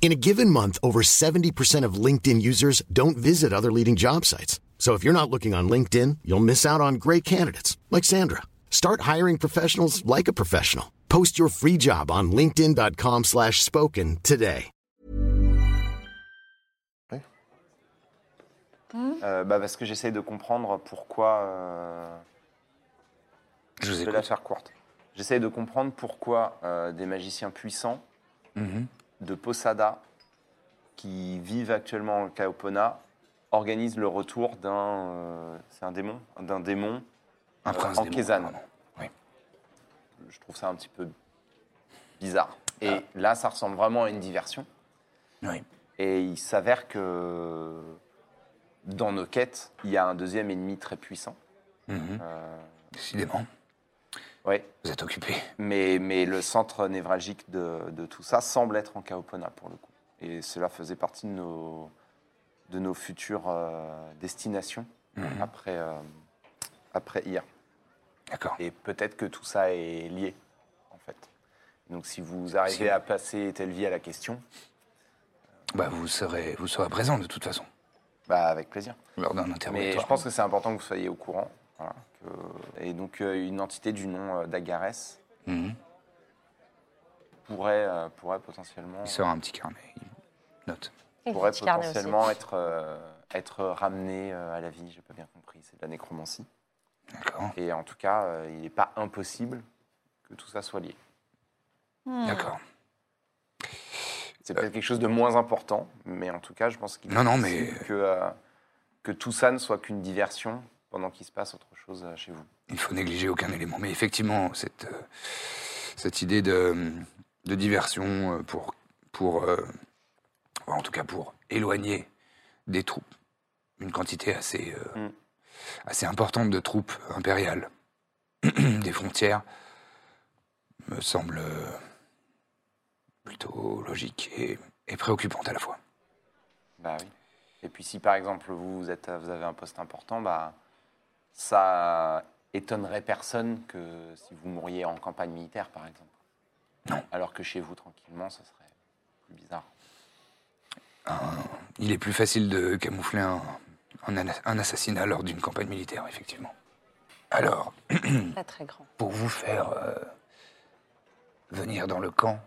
S6: In a given month, over 70% of LinkedIn users don't visit other leading job sites. So if you're not looking on LinkedIn, you'll miss out on great candidates like Sandra. Start hiring professionals like a professional. Post your free job on linkedin.com/spoken slash spoken today.
S4: Euh, bah, parce que j'essaye de comprendre pourquoi. euh,
S1: Je vous
S4: Je vais la
S1: écoute.
S4: faire courte. J'essaye de comprendre pourquoi euh, des magiciens puissants
S1: Mhm.
S4: de Posada qui vivent actuellement en Kaopona organisent le retour d'un euh, c'est un démon d'un démon
S1: Un
S4: euh,
S1: prince
S4: en
S1: démon,
S4: Kézanne.
S1: pardon. Oui.
S4: Je trouve ça un petit peu bizarre. Et là, ça ressemble vraiment à une diversion.
S1: Oui.
S4: Et il s'avère que dans nos quêtes, il y a un deuxième ennemi très puissant.
S1: Mhm.
S4: Euh,
S1: Décidément,
S4: ouais.
S1: vous êtes occupé.
S4: Mais, mais le centre névralgique de, de tout ça semble être en Kaopona pour le coup. Et cela faisait partie de nos, de nos futures euh, destinations
S1: Mhm.
S4: après, euh, après hier.
S1: D'accord.
S4: Et peut-être que tout ça est lié, en fait. Donc si vous arrivez
S1: Si.
S4: à passer Telvi à la question,
S1: Bah, vous serez, vous serez présent de toute façon
S4: bah, avec plaisir.
S1: lors d'un
S4: Mais
S1: interrogatoire.
S4: je pense que c'est important que vous soyez au courant. voilà, que- Et donc euh, une entité du nom euh, d'Agarès
S1: Mhm.
S4: pourrait, euh, pourrait potentiellement...
S1: Il sort un petit carnet. Il note.
S5: Il
S4: pourrait potentiellement être, euh, être ramené euh, à la vie, j'ai pas bien compris, c'est de la nécromancie.
S1: D'accord.
S4: Et en tout cas, euh, il n'est pas impossible que tout ça soit lié.
S1: D'accord.
S4: C'est peut-être quelque chose de moins important, mais en tout cas, je pense qu'il
S1: Euh. Non, non,
S4: possible
S1: mais-
S4: que, euh, que tout ça ne soit qu'une diversion pendant qu'il se passe autre chose euh, chez vous.
S1: Il faut négliger aucun élément. Mais effectivement, cette, euh, cette idée de, de diversion euh, pour, pour euh, en tout cas pour éloigner des troupes, une quantité assez, euh,
S4: Mm.
S1: assez importante de troupes impériales des frontières, me semble euh, plutôt logique et, et préoccupante à la fois.
S4: Bah oui. Et puis si par exemple vous, vous êtes, vous avez un poste important, bah, ça étonnerait personne que si vous mouriez en campagne militaire par exemple.
S1: Non.
S4: Alors que chez vous tranquillement, ce serait plus bizarre.
S1: Il est plus facile de camoufler un, un ana- un assassinat lors d'une campagne militaire, effectivement. Alors,
S5: Très, très grand.
S1: pour vous faire euh, venir dans le camp,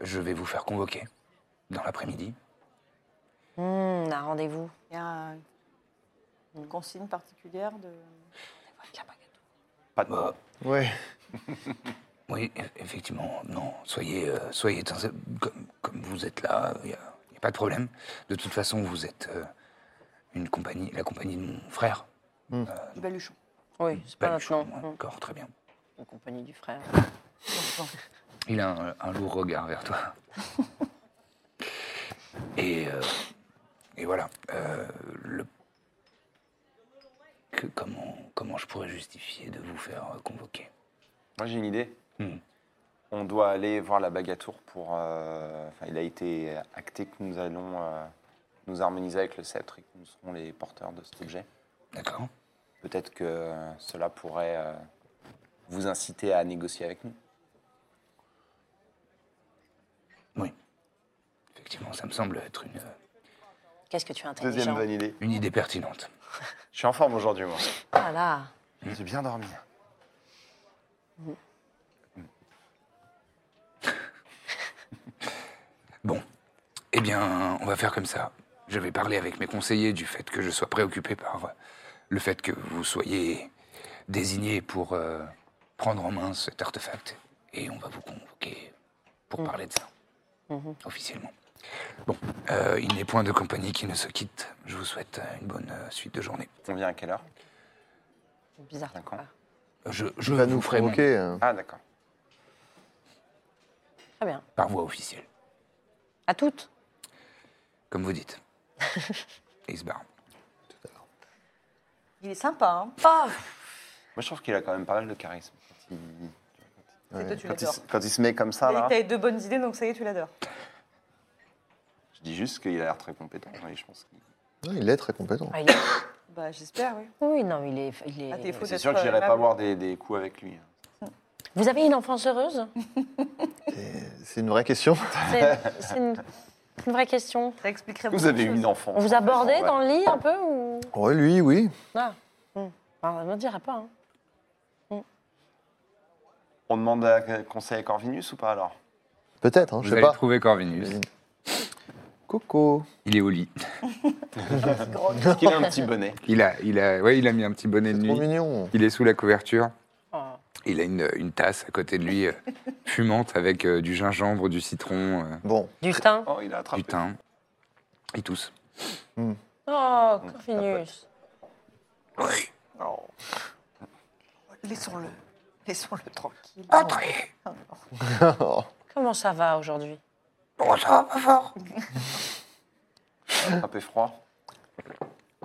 S1: je vais vous faire convoquer dans l'après-midi.
S5: Hmm, un rendez-vous.
S3: Il y a un-
S4: Mm.
S3: une consigne particulière de.
S4: Pas de
S1: Bah,
S2: Ouais.
S1: oui, eff- effectivement, non, soyez, euh, soyez dans- comme, comme vous êtes là, il n'y a, y a pas de problème. De toute façon, vous êtes euh, une compagnie, la compagnie de mon frère.
S3: Du baluchon.
S5: Oui, c'est pas Mm.
S1: Baluchon,
S5: maintenant.
S1: ouais, D'accord, très bien.
S5: En compagnie du frère.
S1: Il a un, un lourd regard vers toi. et, euh, et voilà. euh, le- que- comment, comment je pourrais justifier de vous faire euh, convoquer
S4: Moi, j'ai une idée.
S1: Hmm.
S4: On doit aller voir la Bagatour pour. euh, enfin, il a été acté que nous allons euh, nous harmoniser avec le sceptre et que nous serons les porteurs de cet objet.
S1: D'accord
S4: Peut-être que euh, cela pourrait euh, vous inciter à négocier avec nous.
S1: Oui. Effectivement, ça me semble être une,
S5: Qu'est-ce que tu es intelligent.
S4: idée.
S1: une idée pertinente.
S4: Je suis en forme aujourd'hui, moi.
S5: Ah Voilà.
S4: J'ai bien dormi.
S1: Bon, eh bien, on va faire comme ça. Je vais parler avec mes conseillers du fait que je sois préoccupé par euh, le fait que vous soyez désigné pour euh, prendre en main cet artefact. Et on va vous convoquer pour
S5: Mmh.
S1: parler de ça, officiellement. Bon, euh, il n'est point de compagnie qui ne se quitte. Je vous souhaite euh, une bonne euh, suite de journée.
S4: On vient à quelle heure
S5: C'est bizarre.
S4: D'accord.
S5: Ah,
S1: Je, je
S2: Il va nous
S1: vous ferai mon-
S2: provoquer. euh,
S4: Ah, d'accord.
S5: Très bien.
S1: par voie officielle,
S5: À toutes.
S1: comme vous dites. Et il se barre.
S3: Il est sympa, hein
S5: Oh,
S4: Moi, je trouve qu'il a quand même pas mal de charisme. Quand il,
S3: Et toi, tu
S4: quand il
S3: l'adores.
S4: se- quand il se met comme ça,
S3: T'as
S4: là,
S3: t'avais deux bonnes idées, donc ça y est, tu l'adores.
S4: je dis juste qu'il a l'air très compétent. Et je pense qu'il-
S2: ouais, il est très compétent.
S5: ah, il est-
S3: Bah, j'espère, oui.
S5: Oui, non, il est. il est-
S3: Ah, t'es fou. Faut
S4: C'est
S3: être
S5: euh,
S4: sûr que j'irai pas
S3: aimable.
S4: boire des, des coups avec lui. hein.
S5: Vous avez une enfance heureuse
S2: C'est- C'est une vraie question.
S5: C'est c'est une, une vraie question.
S3: Ça expliquerait beaucoup
S4: Vous avez
S3: de
S4: eu
S3: choses.
S4: une enfant.
S5: On vous a bordé dans le lit un peu ou
S2: Ouais, lui, oui.
S5: Ah, hmm. Alors, on ne dira pas. hein.
S4: On demande un conseil à Corvinus ou pas alors
S2: Peut-être, hein,
S1: Vous
S2: je sais
S1: allez
S2: pas.
S1: trouver Corvinus.
S2: Coco.
S1: Il est au lit.
S4: Est-ce qu'il a un petit bonnet
S1: Il a, il a, ouais, il a mis un petit bonnet
S2: C'est
S1: de
S2: trop
S1: nuit.
S2: mignon.
S1: Il est sous la couverture.
S5: Oh.
S1: Il a une, une tasse à côté de lui, euh, fumante, avec euh, du gingembre, du citron, euh,
S2: Bon,
S5: Du teint.
S4: Oh, il a attrapé.
S1: du thym. Il tousse.
S5: Oh, Corvinus.
S3: Laissons-le. Laissons-le tranquille.
S1: Entrez
S5: Comment ça va aujourd'hui
S1: Bon, ça va pas fort.
S4: Il a attrapé froid.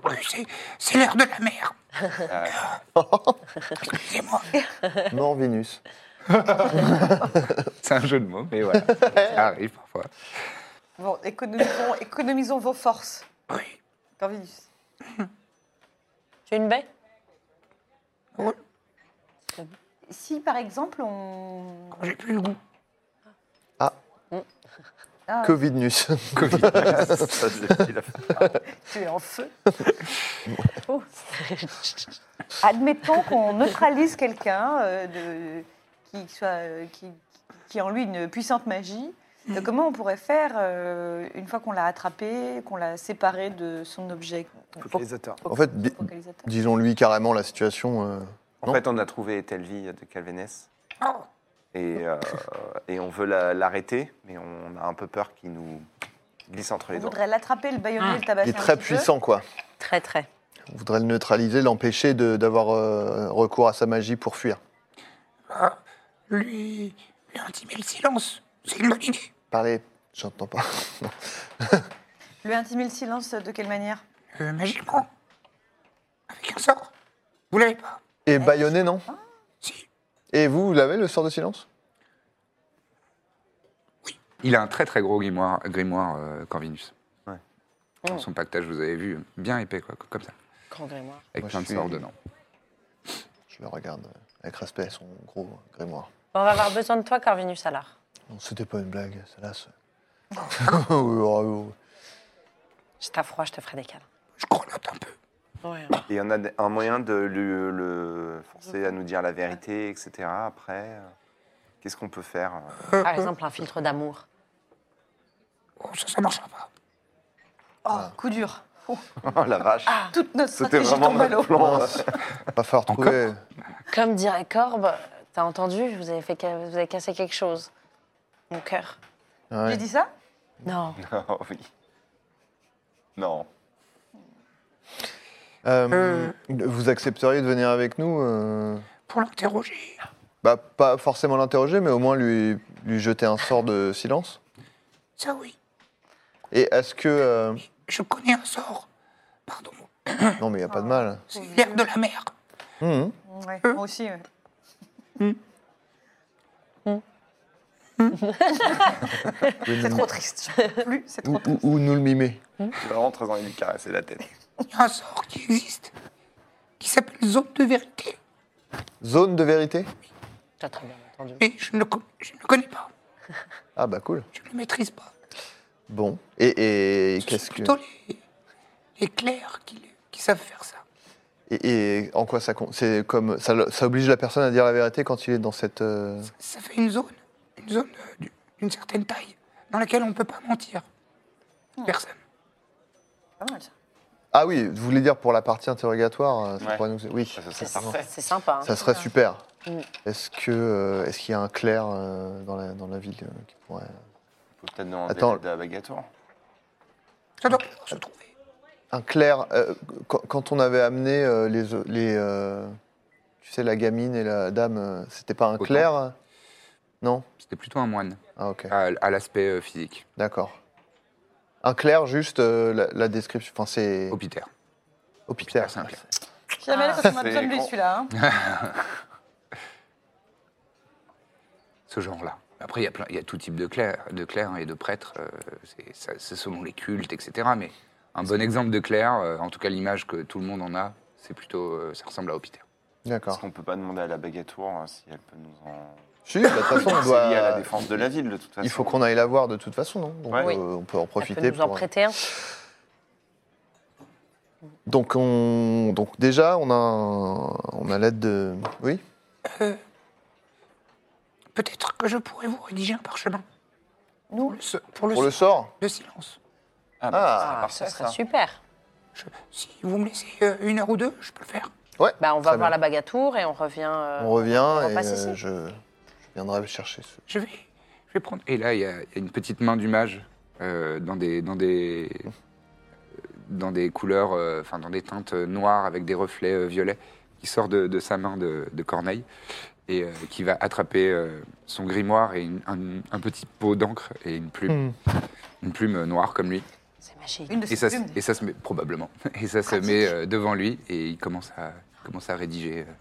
S1: Oui, c'est- C'est l'heure de la mer.
S4: Euh,
S1: Excusez-moi.
S2: mort Vénus.
S1: C'est un jeu de mots, mais voilà. ça arrive parfois.
S3: Bon, économisons, économisons vos forces,
S1: Oui.
S3: Corvinus.
S5: Tu es une baie
S1: Oui.
S3: Si, par exemple, on...
S1: J'ai plus le goût.
S3: Ah,
S2: Covidnus.
S1: Covid.
S4: ça, c'est- il a fait-
S3: tu es en feu.
S5: Oh.
S3: Admettons qu'on neutralise quelqu'un euh, de- qui, soit, euh, qui, qui a en lui une puissante magie.
S2: Mm.
S3: Euh, Comment on pourrait faire euh, une fois qu'on l'a attrapé, qu'on l'a séparé de son objet
S7: Focalisateur.
S2: En fait, di-
S3: Focalisateur.
S2: disons-lui carrément la situation. euh,
S3: Bah,
S4: En
S2: Non.
S4: fait, on a trouvé Telvi de Calvénès. Et, euh, et on veut la- l'arrêter, mais on a un peu peur qu'il nous glisse entre
S3: On
S4: les dents.
S3: voudrait l'attraper, le baïonner, le
S2: Ah.
S3: tabasser.
S2: Il est
S3: un
S2: très
S3: petit peu.
S2: puissant, quoi.
S5: Très, très.
S2: On voudrait le neutraliser, l'empêcher de- d'avoir euh, recours à sa magie pour fuir.
S1: lui, lui intimer le silence. C'est une bonne idée.
S2: Parlez, j'entends pas.
S3: Lui intimer le silence de quelle manière
S1: Euh, magiquement. Avec un sort. Vous l'avez pas
S2: Et baïonné, non
S1: Si.
S2: Et vous, vous l'avez, le sort de silence
S1: Il a un très très gros grimoire, grimoire euh, Corvinus.
S4: Ouais.
S1: Dans son pactage, vous avez vu, bien épais, quoi, comme ça.
S5: Grand grimoire.
S1: Avec
S2: Moi,
S1: plein
S2: je
S1: de
S2: suis-
S1: sorts dedans.
S2: Je le regarde euh, avec respect, son gros grimoire.
S5: Bon, on va avoir besoin de toi, Corvinus, alors.
S2: Non, c'était pas une blague, ça lasse. Oh, Oui, bravo.
S5: Je t'as froid, je te ferai des câlins.
S1: Je grelotte un peu.
S4: Et il y en a des- un moyen de le, le forcer à nous dire la vérité, etc. Après, euh, qu'est-ce qu'on peut faire euh,
S5: Par exemple, un filtre d'amour.
S1: Oh, ça, ça marchera pas.
S3: Oh,
S2: Ah.
S3: coup dur. Oh,
S4: Oh la vache
S3: toute notre
S4: C'était
S3: stratégie
S4: vraiment
S3: tombe à
S4: le
S3: l'eau.
S4: plan.
S2: oh. Pas falloir trouver.
S5: Comme dirait Corbe, t'as entendu vous avez, fait, ca- vous avez cassé quelque chose. Mon cœur.
S2: Ah Ouais.
S3: J'ai dit ça
S5: Non.
S4: Oh oui. Non.
S2: Euh, Vous accepteriez de venir avec nous euh,
S1: Pour l'interroger.
S2: bah, Pas forcément l'interroger, mais au moins lui, lui jeter un sort de silence.
S1: Ça oui.
S2: Et est-ce que. euh,
S1: Je connais un sort. Pardon.
S2: Non, mais il n'y a pas de mal.
S1: C'est l'air de la mer.
S2: Hum, hum.
S3: Ouais, Moi aussi. ouais. Hein C'est Hein trop triste. j'en peux Plus, c'est
S2: Ou,
S3: trop
S2: ou- ou nous le mimer.
S4: J'ai vraiment très envie de lui caresser la tête.
S1: Il y a un sort qui existe. Qui s'appelle zone de vérité.
S2: Zone de vérité
S5: T'as très bien entendu.
S1: Mais je ne le, con- je ne le connais pas.
S2: Ah, bah cool.
S1: Je ne le maîtrise pas.
S2: Bon. Et, et
S1: Ce
S2: qu'est-ce
S1: sont
S2: que.
S1: plutôt les, les clercs qui, le- qui savent faire ça.
S2: Et, et en quoi ça compte C'est comme. Ça, le- ça oblige la personne à dire la vérité quand il est dans cette. euh,
S1: Ça fait une zone. Une zone euh, du- d'une certaine taille. dans laquelle on ne peut pas mentir. Personne.
S3: Pas mal, ça.
S2: Ah oui, vous voulez dire pour la partie interrogatoire euh, ça
S4: Ouais.
S2: pourrait nous- Oui,
S4: Ça, ça
S5: C'est
S4: serait parfait.
S5: c'est sympa. hein.
S2: ça serait super.
S5: Mm.
S2: Est-ce que euh, est-ce qu'il y a un clerc euh, dans, la, dans la ville euh, qui pourrait...
S4: On peut peut-être demander
S2: Attends.
S4: l'aide à Bagatour.
S1: Ça doit pouvoir se trouver.
S2: Un clerc, euh, quand, quand on avait amené euh, les... les euh, tu sais, la gamine et la dame, euh, c'était pas un
S1: Autant.
S2: clerc euh Non
S1: C'était plutôt un moine,
S2: Ah ok,
S1: à, à l'aspect euh, physique,
S2: d'accord. Un clerc, juste euh, la, la description, enfin c'est...
S1: hôpitaire.
S2: Hôpital.
S1: c'est un clerc.
S3: Jamais
S5: Ah.
S3: là, quand on a
S4: C'est
S3: besoin de lui,
S4: con.
S3: celui-là. hein.
S1: ce genre-là. Après, il y a plein- il y a tout type de clercs de clercs, hein, et de prêtres, euh, c'est- ça, c'est selon les cultes, etc. Mais un bon exemple de clerc, euh, en tout cas l'image que tout le monde en a, c'est plutôt, euh, ça ressemble à Hôpital.
S4: Est-ce
S2: D'accord.
S4: qu'on peut pas demander à la Bagatour hein, si elle peut nous en.
S2: Si, bah, de toute façon, on
S4: C'est lié à la
S2: doit...
S4: défense de la ville, de toute façon.
S2: Il faut qu'on aille la voir de toute façon, non Donc
S4: Ouais. Oui.
S2: euh, on peut en
S5: Elle
S2: profiter
S5: peut nous en
S2: pour- euh,
S5: prêter un.
S2: Donc, on... Donc déjà, on a, un- on a l'aide de... Oui
S1: Peut-être que je pourrais vous rédiger un parchemin. Pour le, se- pour le
S2: Pour le
S1: si-
S2: sort
S1: de silence.
S4: Ah,
S2: Ah,
S4: bah, ça serait
S5: Ah,
S4: parfait,
S5: ça serait
S4: ça.
S5: super.
S1: Je- si vous me laissez euh, une heure ou deux, je peux le faire.
S2: Ouais.
S5: Bah, on va
S2: Très
S5: voir la
S2: bien.
S5: bagatour et on revient. euh,
S2: On revient et
S5: repasse
S2: euh,
S5: ici.
S2: je... je viendrai chercher ce...
S1: Je vais, je vais prendre. Et là, il y, a il y a une petite main du mage euh, dans des, dans des, euh, dans des couleurs, euh, enfin dans des teintes euh, noires avec des reflets euh, violets, qui sort de, de sa main de, de Corneille et euh, qui va attraper euh, son grimoire et une- un, un petit pot d'encre et une plume, une plume euh, noire comme lui.
S5: C'est magique.
S3: Une de
S1: Et
S3: ses
S1: ça, se-
S3: plumes.
S1: et ça se met probablement. Et ça se met euh, devant lui et il commence à, il commence à rédiger. euh.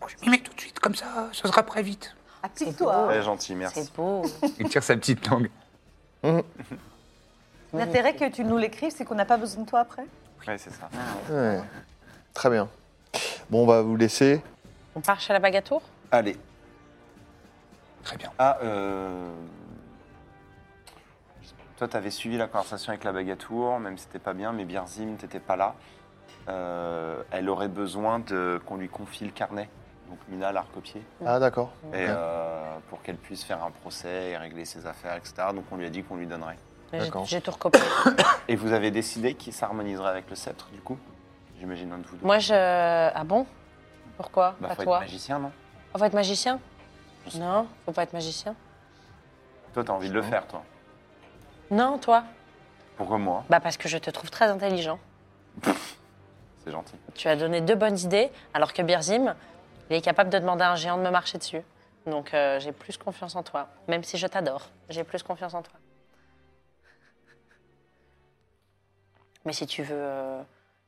S1: Bon, je m'y mets tout de suite, comme ça, ça sera prêt vite.
S3: Applique-toi.
S4: Très gentil, merci.
S5: C'est beau.
S1: Il tire sa petite langue.
S3: L'intérêt que tu nous l'écrives, c'est qu'on n'a pas besoin de toi après.
S4: Ouais, c'est ça.
S2: Ouais. Très bien. Bon, on va vous laisser.
S5: On part chez la bagatour
S4: Allez.
S1: Très bien.
S4: Ah, euh... Toi, t'avais suivi la conversation avec la Bagatour, même si c'était pas bien, mais Birzim, t'étais pas là. Euh, elle aurait besoin de qu'on lui confie le carnet, donc Mina l'a recopié,
S2: Ah, d'accord.
S4: et, euh, pour qu'elle puisse faire un procès et régler ses affaires, etc. Donc on lui a dit qu'on lui donnerait.
S5: Mais j'ai-
S2: D'accord.
S5: J'ai tout recopié.
S4: Et vous avez décidé qu'il s'harmoniserait avec le sceptre, du coup J'imagine un de vous deux.
S5: Moi, je. Ah bon Pourquoi
S4: bah, faut
S5: Pas
S4: être
S5: toi
S4: magicien, non
S5: On va être magicien
S4: Je sais
S5: Non, faut pas être magicien.
S4: Toi, t'as envie de le faire, toi.
S5: Non, toi
S4: Pourquoi moi
S5: Bah parce que je te trouve très intelligent.
S4: C'est gentil.
S5: Tu as donné deux bonnes idées, alors que Birzim, il est capable de demander à un géant de me marcher dessus. Donc euh, j'ai plus confiance en toi, même si je t'adore. J'ai plus confiance en toi. Mais si tu veux euh,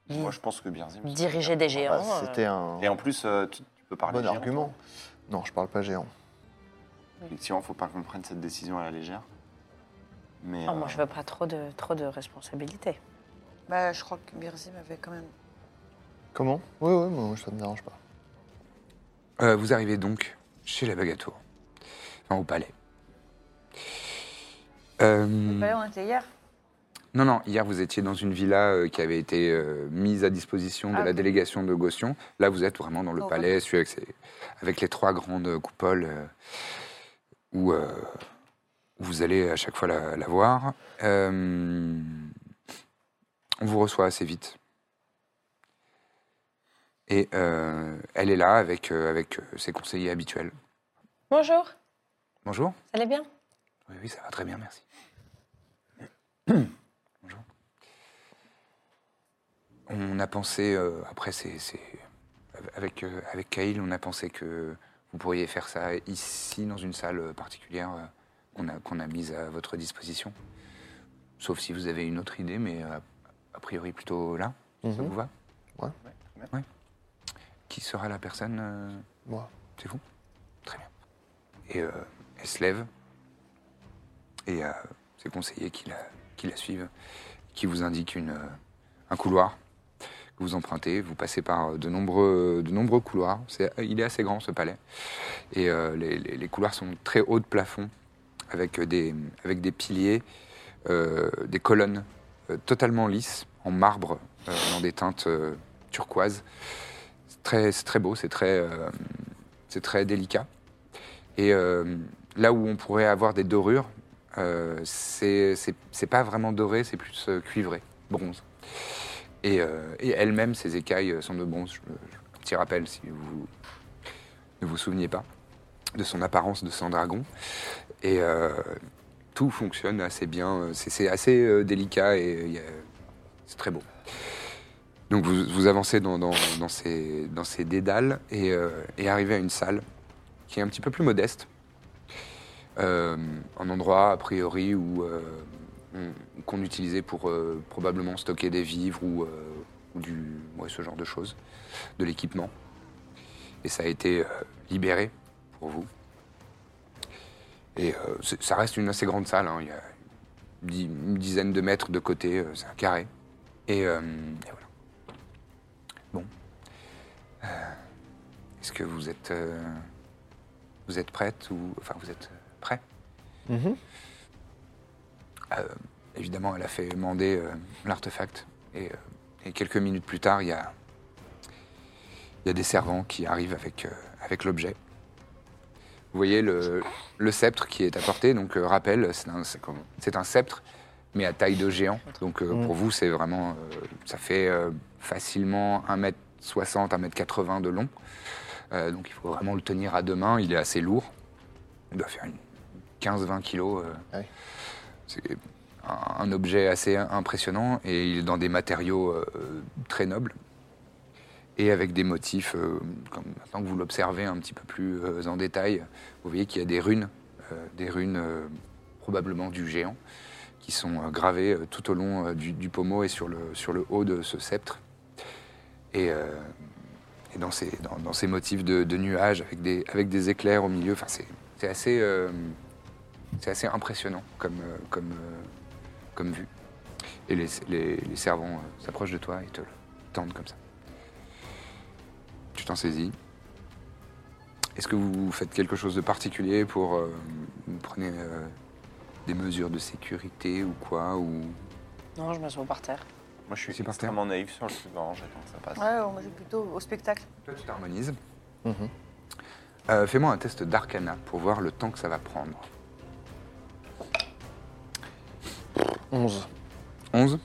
S5: li-
S4: Moi, je pense que Birzim. c'est-
S5: diriger des géants,
S2: Bah, C'était un
S4: Et en plus, euh, tu, tu peux parler.
S2: bon
S4: géant,
S2: argument. Non, je parle pas géant.
S4: Effectivement, faut pas qu'on prenne cette décision à la légère. Mais
S5: euh, oh, moi
S4: euh,
S5: je veux pas trop de trop de responsabilités.
S3: Bah, je crois que Birzim avait quand même.
S2: Comment Oui, oui, moi ça me dérange pas.
S1: Euh, vous arrivez donc chez la Bagatour, enfin au palais. Euh,
S3: Bah, on était hier.
S1: non, non, hier vous étiez dans une villa euh, qui avait été euh, mise à disposition de
S3: Ah,
S1: la
S3: ok.
S1: délégation de Gaution. Là, vous êtes vraiment dans le
S3: Au
S1: palais, celui avec, ses- avec les trois grandes coupoles euh, où euh, vous allez à chaque fois la, la voir. Euh, on vous reçoit assez vite. Et euh, elle est là avec, euh, avec euh, ses conseillers habituels.
S5: Bonjour, ça
S1: Bonjour.
S5: allait bien
S1: Oui, oui, ça va très bien, merci. Bonjour. On a pensé, euh, après, c'est. c'est- Avec, euh, avec Kyle, on a pensé que vous pourriez faire ça ici, dans une salle particulière euh, qu'on a, qu'on a mise à votre disposition. Sauf si vous avez une autre idée, mais euh, a priori plutôt là. Ça
S2: Mhm.
S1: vous va
S2: Ouais.
S4: très bien.
S1: Ouais. Qui sera la personne euh,
S2: Moi.
S1: c'est vous Très bien. Et euh, elle se lève. Et euh, ses conseillers qui la, qui la suivent, qui vous indiquent une, euh, un couloir que vous empruntez. Vous passez par euh, de nombreux, de nombreux couloirs. C'est- euh, il est assez grand ce palais. Et euh, les, les- les couloirs sont très hauts de plafond, avec euh, des, avec des piliers, euh, des colonnes euh, totalement lisses, en marbre, euh, dans des teintes euh, turquoises. C'est très, c'est très beau, c'est très, euh, c'est très délicat. Et euh, là où on pourrait avoir des dorures, Euh, c'est c'est- c'est pas vraiment doré, c'est plus euh, cuivré, bronze. Et, euh, et elle-même, ses écailles euh, sont de bronze. Je- je- petit rappel, si vous ne vous souveniez pas de son apparence de sang dragon. Et euh, tout fonctionne assez bien. euh, c'est- C'est assez euh, délicat et euh, il y a- c'est très beau. Donc vous, vous avancez dans, dans- dans ces, dans ces dédales et, euh, et arrivez à une salle qui est un petit peu plus modeste. Euh, un endroit, a priori, où, euh, on- qu'on utilisait pour euh, probablement stocker des vivres ou, euh, ou du, ouais, ce genre de choses, de l'équipement. Et ça a été euh, libéré pour vous. Et euh, c'est- ça reste une assez grande salle, hein, il y a dix- une dizaine de mètres de côté, euh, c'est un carré. Et, euh, et voilà. Bon. Euh, Est-ce que vous êtes, euh, vous êtes prête ou enfin vous êtes prêt Euh, Évidemment, elle a fait mander euh, l'artefact et, euh, et quelques minutes plus tard, il y a, il y a des servants qui arrivent avec, euh, avec l'objet. Vous voyez le, le sceptre qui est apporté. Donc euh, rappel, c'est un, c'est comme- c'est un sceptre, mais à taille de géant. Donc euh, pour vous, c'est vraiment, euh, ça fait euh, facilement 1m60, 1m80 de long. Euh, donc il faut vraiment le tenir à deux mains. Il est assez lourd. Il doit faire une 15-20 kilos. euh.
S2: Ah oui.
S1: C'est un, un objet assez impressionnant et il est dans des matériaux euh, très nobles et avec des motifs, euh, comme maintenant que vous l'observez un petit peu plus euh, en détail, vous voyez qu'il y a des runes, euh, des runes euh, probablement du géant, qui sont euh, gravées euh, tout au long euh, du, du pommeau et sur le, sur le haut de ce sceptre. Et, euh, et dans, ces, dans, dans ces motifs de, de nuages, avec des, avec des éclairs au milieu, enfin, c'est c'est assez, euh, c'est assez impressionnant comme, euh, comme, euh, comme vue. Et les, les, les servants euh, s'approchent de toi et te le tendent comme ça. Tu t'en saisis. Est-ce que vous faites quelque chose de particulier pour euh, vous prenez euh, des mesures de sécurité ou quoi ou
S5: Non, je me sens par terre.
S4: Moi, je
S1: C'est
S4: suis
S1: par terre.
S4: extrêmement naïf sur le suivant, j'attends que ça passe.
S3: Ouais, moi j'ai plutôt au spectacle.
S1: toi tu t'harmonises.
S2: Mhm.
S1: Euh, Fais-moi un test d'arcana pour voir le temps que ça va prendre.
S2: 11.
S1: 11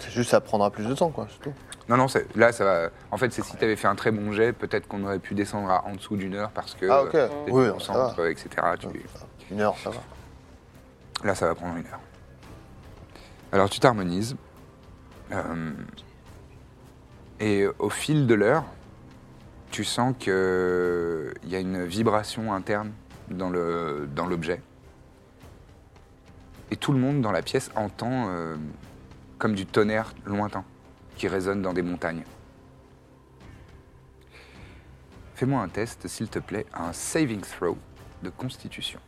S2: C'est juste, ça prendra plus de temps, quoi, c'est tout.
S1: Non non, c'est- là ça va en fait c'est si tu avais fait un très bon jet, peut-être qu'on aurait pu descendre à en dessous d'une heure parce que
S2: Ah, ok.
S1: euh, t'es
S2: Oui,
S1: au
S2: non, ça
S1: centre, etc. tu-
S2: Une heure, ça va.
S1: Là, ça va prendre une heure. Alors, tu t'harmonises. Euh, et au fil de l'heure, tu sens qu'il y a une vibration interne dans le- dans l'objet. et tout le monde dans la pièce entend euh, comme du tonnerre lointain qui résonne dans des montagnes. Fais-moi un test, s'il te plaît, un saving throw de constitution.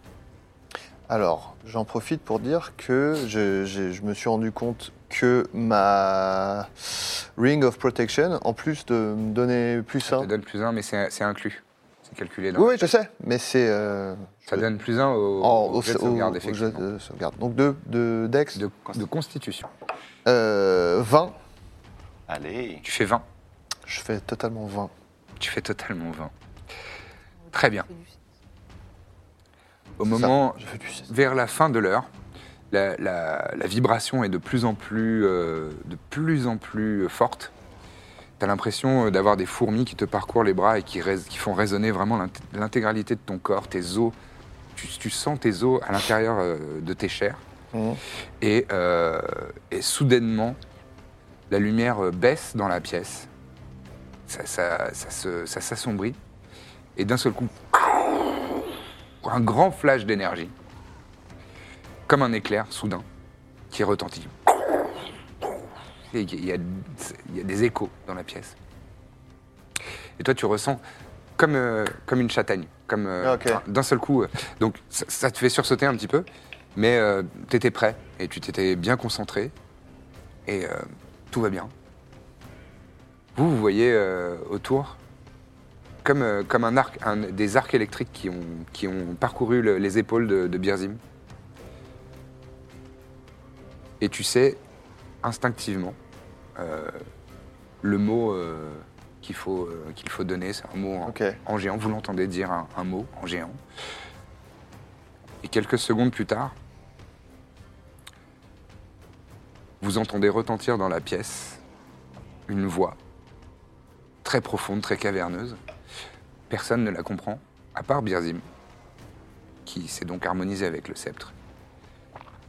S2: Alors, j'en profite pour dire que je, je- je me suis rendu compte que ma Ring of Protection, en plus de me donner plus
S1: Ça
S2: un.
S1: te donne plus un, mais c'est c'est inclus. C'est calculé dans
S2: Hein Oui, oui, je sais, mais c'est. euh,
S1: Ça
S2: je-
S1: donne plus un au,
S2: en-
S1: au jet de sauvegarde,
S2: au- au jet
S1: effectivement.
S2: de euh, sauvegarde. Donc, de, de Dex,
S1: de, de constitution.
S2: euh, 20.
S4: Allez,
S1: Tu fais 20.
S2: Je fais totalement 20.
S1: Tu fais totalement 20. Très bien. Au moment,
S2: Je fais du 16.
S1: vers la fin de l'heure, la, la- la vibration est de plus en plus, euh, de plus, en plus forte. T'as l'impression euh, d'avoir des fourmis qui te parcourent les bras et qui, rés- qui font résonner vraiment l'int- l'intégralité de ton corps, tes os. Tu, tu sens tes os à l'intérieur euh, de tes chairs.
S2: Mhm.
S1: Et, euh, et soudainement, la lumière euh, baisse dans la pièce. Ça, ça- ça se- ça s'assombrit. Et d'un seul coup, un grand flash d'énergie comme un éclair soudain qui retentit. Et Il y, a- il y a des échos dans la pièce. Et toi, tu ressens comme, euh, comme une châtaigne, comme euh,
S2: Ok.
S1: d'un seul coup. euh, donc, ça, ça te fait sursauter un petit peu, mais tu étais prêt et tu t'étais bien concentré et euh, tout va bien. Vous, vous voyez euh, autour comme, euh, comme un arc, un- des arcs électriques qui ont, qui ont parcouru le- les épaules de, de Birzim et tu sais instinctivement euh, le mot euh, qu'il faut, euh, qu'il faut donner, c'est un mot en,
S2: Ok.
S1: en géant, vous l'entendez dire un, un mot en géant. Et quelques secondes plus tard, Vous entendez retentir dans la pièce une voix très profonde, très caverneuse. Personne ne la comprend, à part Birzim, qui s'est donc harmonisé avec le sceptre,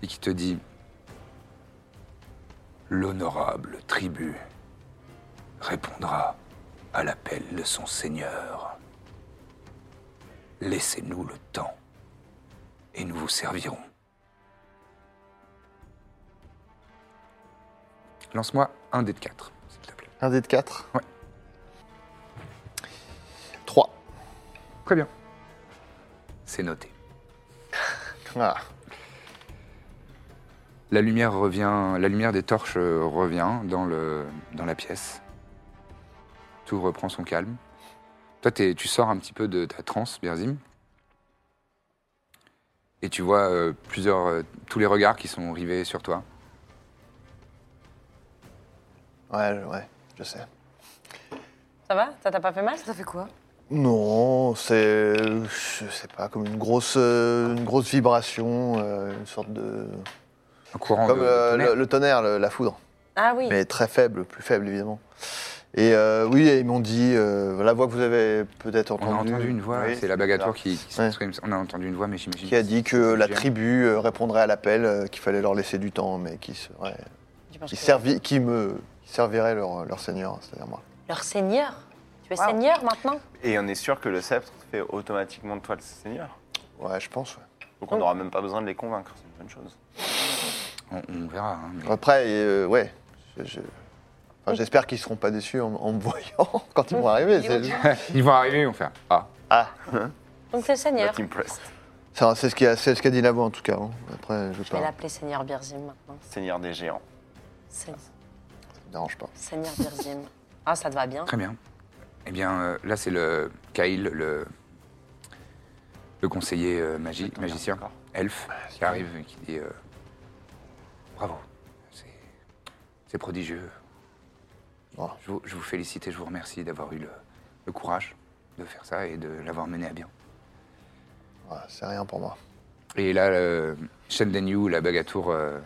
S1: et qui te dit L'honorable tribu répondra à l'appel de son seigneur. Laissez-nous le temps, et nous vous servirons. Lance-moi un dé de 4, s'il te plaît.
S2: Un dé de 4
S1: Ouais.
S2: 3.
S1: Très bien. C'est noté.
S2: Ah.
S1: La lumière revient, la lumière des torches euh, revient dans, le, dans la pièce. Tout reprend son calme. Toi, t'es- tu sors un petit peu de ta transe, Berzim. Et tu vois euh, plusieurs, euh, tous les regards qui sont rivés sur toi.
S2: Ouais, ouais, je sais.
S5: Ça va Ça t'a pas fait mal Ça fait quoi
S2: Non, c'est, je sais pas, comme une grosse, euh, une grosse vibration, euh, une sorte de,
S1: Un courant
S2: comme
S1: de, de
S2: euh,
S1: tonnerre.
S2: le, le tonnerre, le- la foudre,
S5: Ah oui.
S2: mais très faible, plus faible évidemment. Et euh, oui, et ils m'ont dit euh, la voix que vous avez peut-être
S1: On
S2: entendue.
S1: a entendu une voix,
S2: Oui,
S1: c'est la bagatoire
S2: ça.
S1: qui, qui
S2: Ouais.
S1: s'exprime. On a entendu une voix, mais j'imagine.
S2: qui a dit que la
S1: tribu...
S2: tribu euh, répondrait à l'appel, euh, qu'il fallait leur laisser du temps, mais qui serait,
S5: Je pense
S2: qui
S5: que-
S2: servi- qui me qui servirait leur, leur seigneur, c'est-à-dire moi.
S5: Leur seigneur Tu es
S4: Wow.
S5: seigneur maintenant
S4: Et on est sûr que le sceptre fait automatiquement de toi le seigneur.
S2: Ouais, je pense. ouais.
S4: Donc on n'aura même pas besoin de les convaincre, c'est une bonne chose.
S1: On, on verra. hein, mais-
S2: Après, euh, ouais, je- je- enfin, j'espère qu'ils seront pas déçus en, en me voyant quand ils vont arriver. c'est-
S1: Ils vont arriver, on fait Ah,
S2: Ah,
S5: Donc t'es seigneur.
S4: Not impressed.
S2: ça, c'est ce qu'a ce qu'a dit Navo en tout cas. hein. Après, je ne
S5: Je vais l'appeler seigneur Birzim maintenant.
S4: Seigneur des géants.
S5: Se-
S2: dérange pas.
S5: Seigneur Birzim. Ah, ça te va bien
S1: Très bien. Eh bien, euh, là, c'est le Kyle, le, le conseiller euh, magie,
S4: Attends,
S1: magicien,
S4: encore.
S1: elfe, qui arrive et qui dit euh, Bravo, c'est- c'est prodigieux.
S2: Voilà.
S1: Je vous, je vous félicite et je vous remercie d'avoir eu le, le courage de faire ça et de l'avoir mené à bien.
S2: Voilà, c'est rien pour moi.
S1: Et là, euh, Shen Den Yu, la bagatour, euh,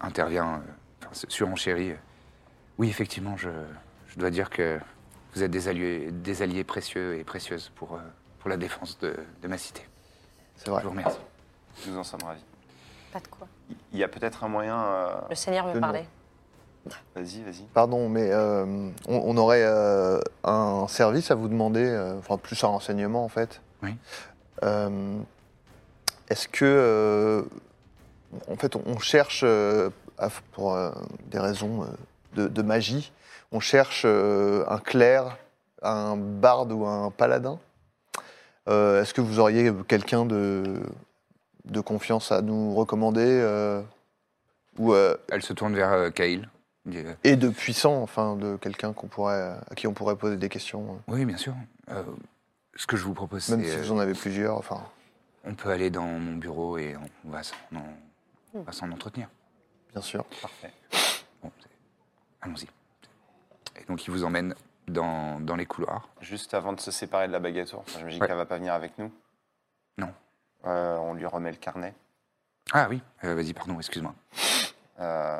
S1: intervient, euh, enfin, se- surenchérit. Oui, effectivement, je, je dois dire que vous êtes des alliés, des alliés précieux et précieuses pour, euh, pour la défense de, de ma cité.
S2: C'est vrai.
S1: Je vous remercie.
S4: Nous en sommes ravis.
S5: Pas de quoi.
S4: Il y a peut-être un moyen. euh,
S5: Le seigneur veut
S2: Le nom.
S5: parler.
S4: Vas-y, vas-y.
S2: Pardon, mais euh, on, on aurait euh, un service à vous demander, euh, enfin plus un renseignement en fait.
S1: Oui.
S2: Euh, Est-ce que, euh, en fait, on, on cherche euh, à- pour euh, des raisons euh, de, de magie, on cherche euh, un clerc, un barde ou un paladin. Euh, Est-ce que vous auriez quelqu'un de, de confiance à nous recommander euh, ou euh,
S1: Elle se tourne vers euh, Kaïl. Il dit, euh,
S2: et de puissant, enfin, de quelqu'un qu'on pourrait, à qui on pourrait poser des questions,
S1: oui, bien sûr. Euh, ce que je vous propose,
S2: même
S1: c'est
S2: si
S1: euh,
S2: vous en avez plusieurs. Enfin,
S1: on peut aller dans mon bureau et on va s'en on va s'en entretenir.
S2: bien sûr.
S4: Parfait.
S1: Bon, c'est- Allons-y. Et donc, il vous emmène dans, dans les couloirs.
S4: Juste avant de se séparer de la bagatour, enfin, j'imagine
S1: Ouais.
S4: qu'elle va pas venir avec nous.
S1: Non.
S4: Euh, on lui remet le carnet.
S1: Ah oui, euh, vas-y, pardon, excuse-moi.
S4: Euh,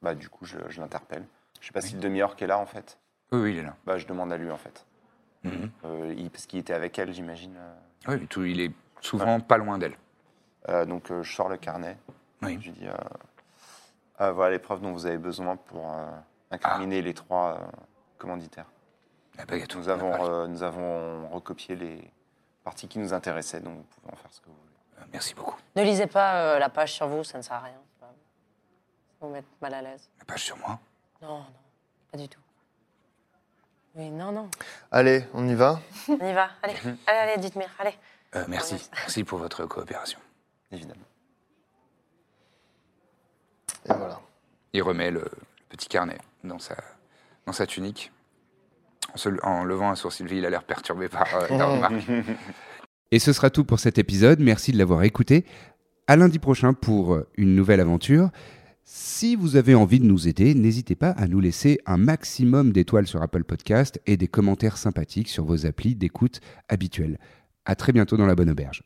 S4: bah, du coup, je, je l'interpelle. Je sais pas si le demi-heure qui est là, en fait.
S1: Oui, oui, il est là.
S4: Bah, je demande à lui, en fait.
S1: Mhm.
S4: Euh, il- parce qu'il était avec elle, j'imagine. euh.
S1: Oui, mais tout- il est souvent pas loin d'elle.
S4: Euh, donc, euh, je sors le carnet.
S1: Oui.
S4: Je lui dis euh, Ah, voilà les preuves dont vous avez besoin pour euh, incriminer les trois euh, commanditaires.
S1: La baguette,
S4: Nous
S1: on en a
S4: avons,
S1: parlé.
S4: euh, nous avons recopié les parties qui nous intéressaient, donc vous pouvez en faire ce que vous voulez.
S1: Euh, Merci beaucoup.
S5: Ne lisez pas euh, la page sur vous, ça ne sert à rien. Ça va vous mettre mal à l'aise.
S1: La page sur moi.
S5: Non, non, pas du tout. Oui, non, non.
S2: Allez, on y va.
S5: On y va. Allez, allez, allez, dites-moi. Allez.
S1: Euh, merci.
S5: merci.
S1: Merci pour votre coopération.
S4: Évidemment.
S2: Et voilà.
S1: Il remet le, le petit carnet dans sa, dans sa tunique. En, se- en levant un sourcil, il a l'air perturbé par euh, la remarque.
S7: Et ce sera tout pour cet épisode. Merci de l'avoir écouté. À lundi prochain pour une nouvelle aventure. Si vous avez envie de nous aider, n'hésitez pas à nous laisser un maximum d'étoiles sur Apple Podcast et des commentaires sympathiques sur vos applis d'écoute habituelles. À très bientôt dans la bonne auberge.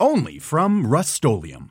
S8: Only from Rust-Oleum.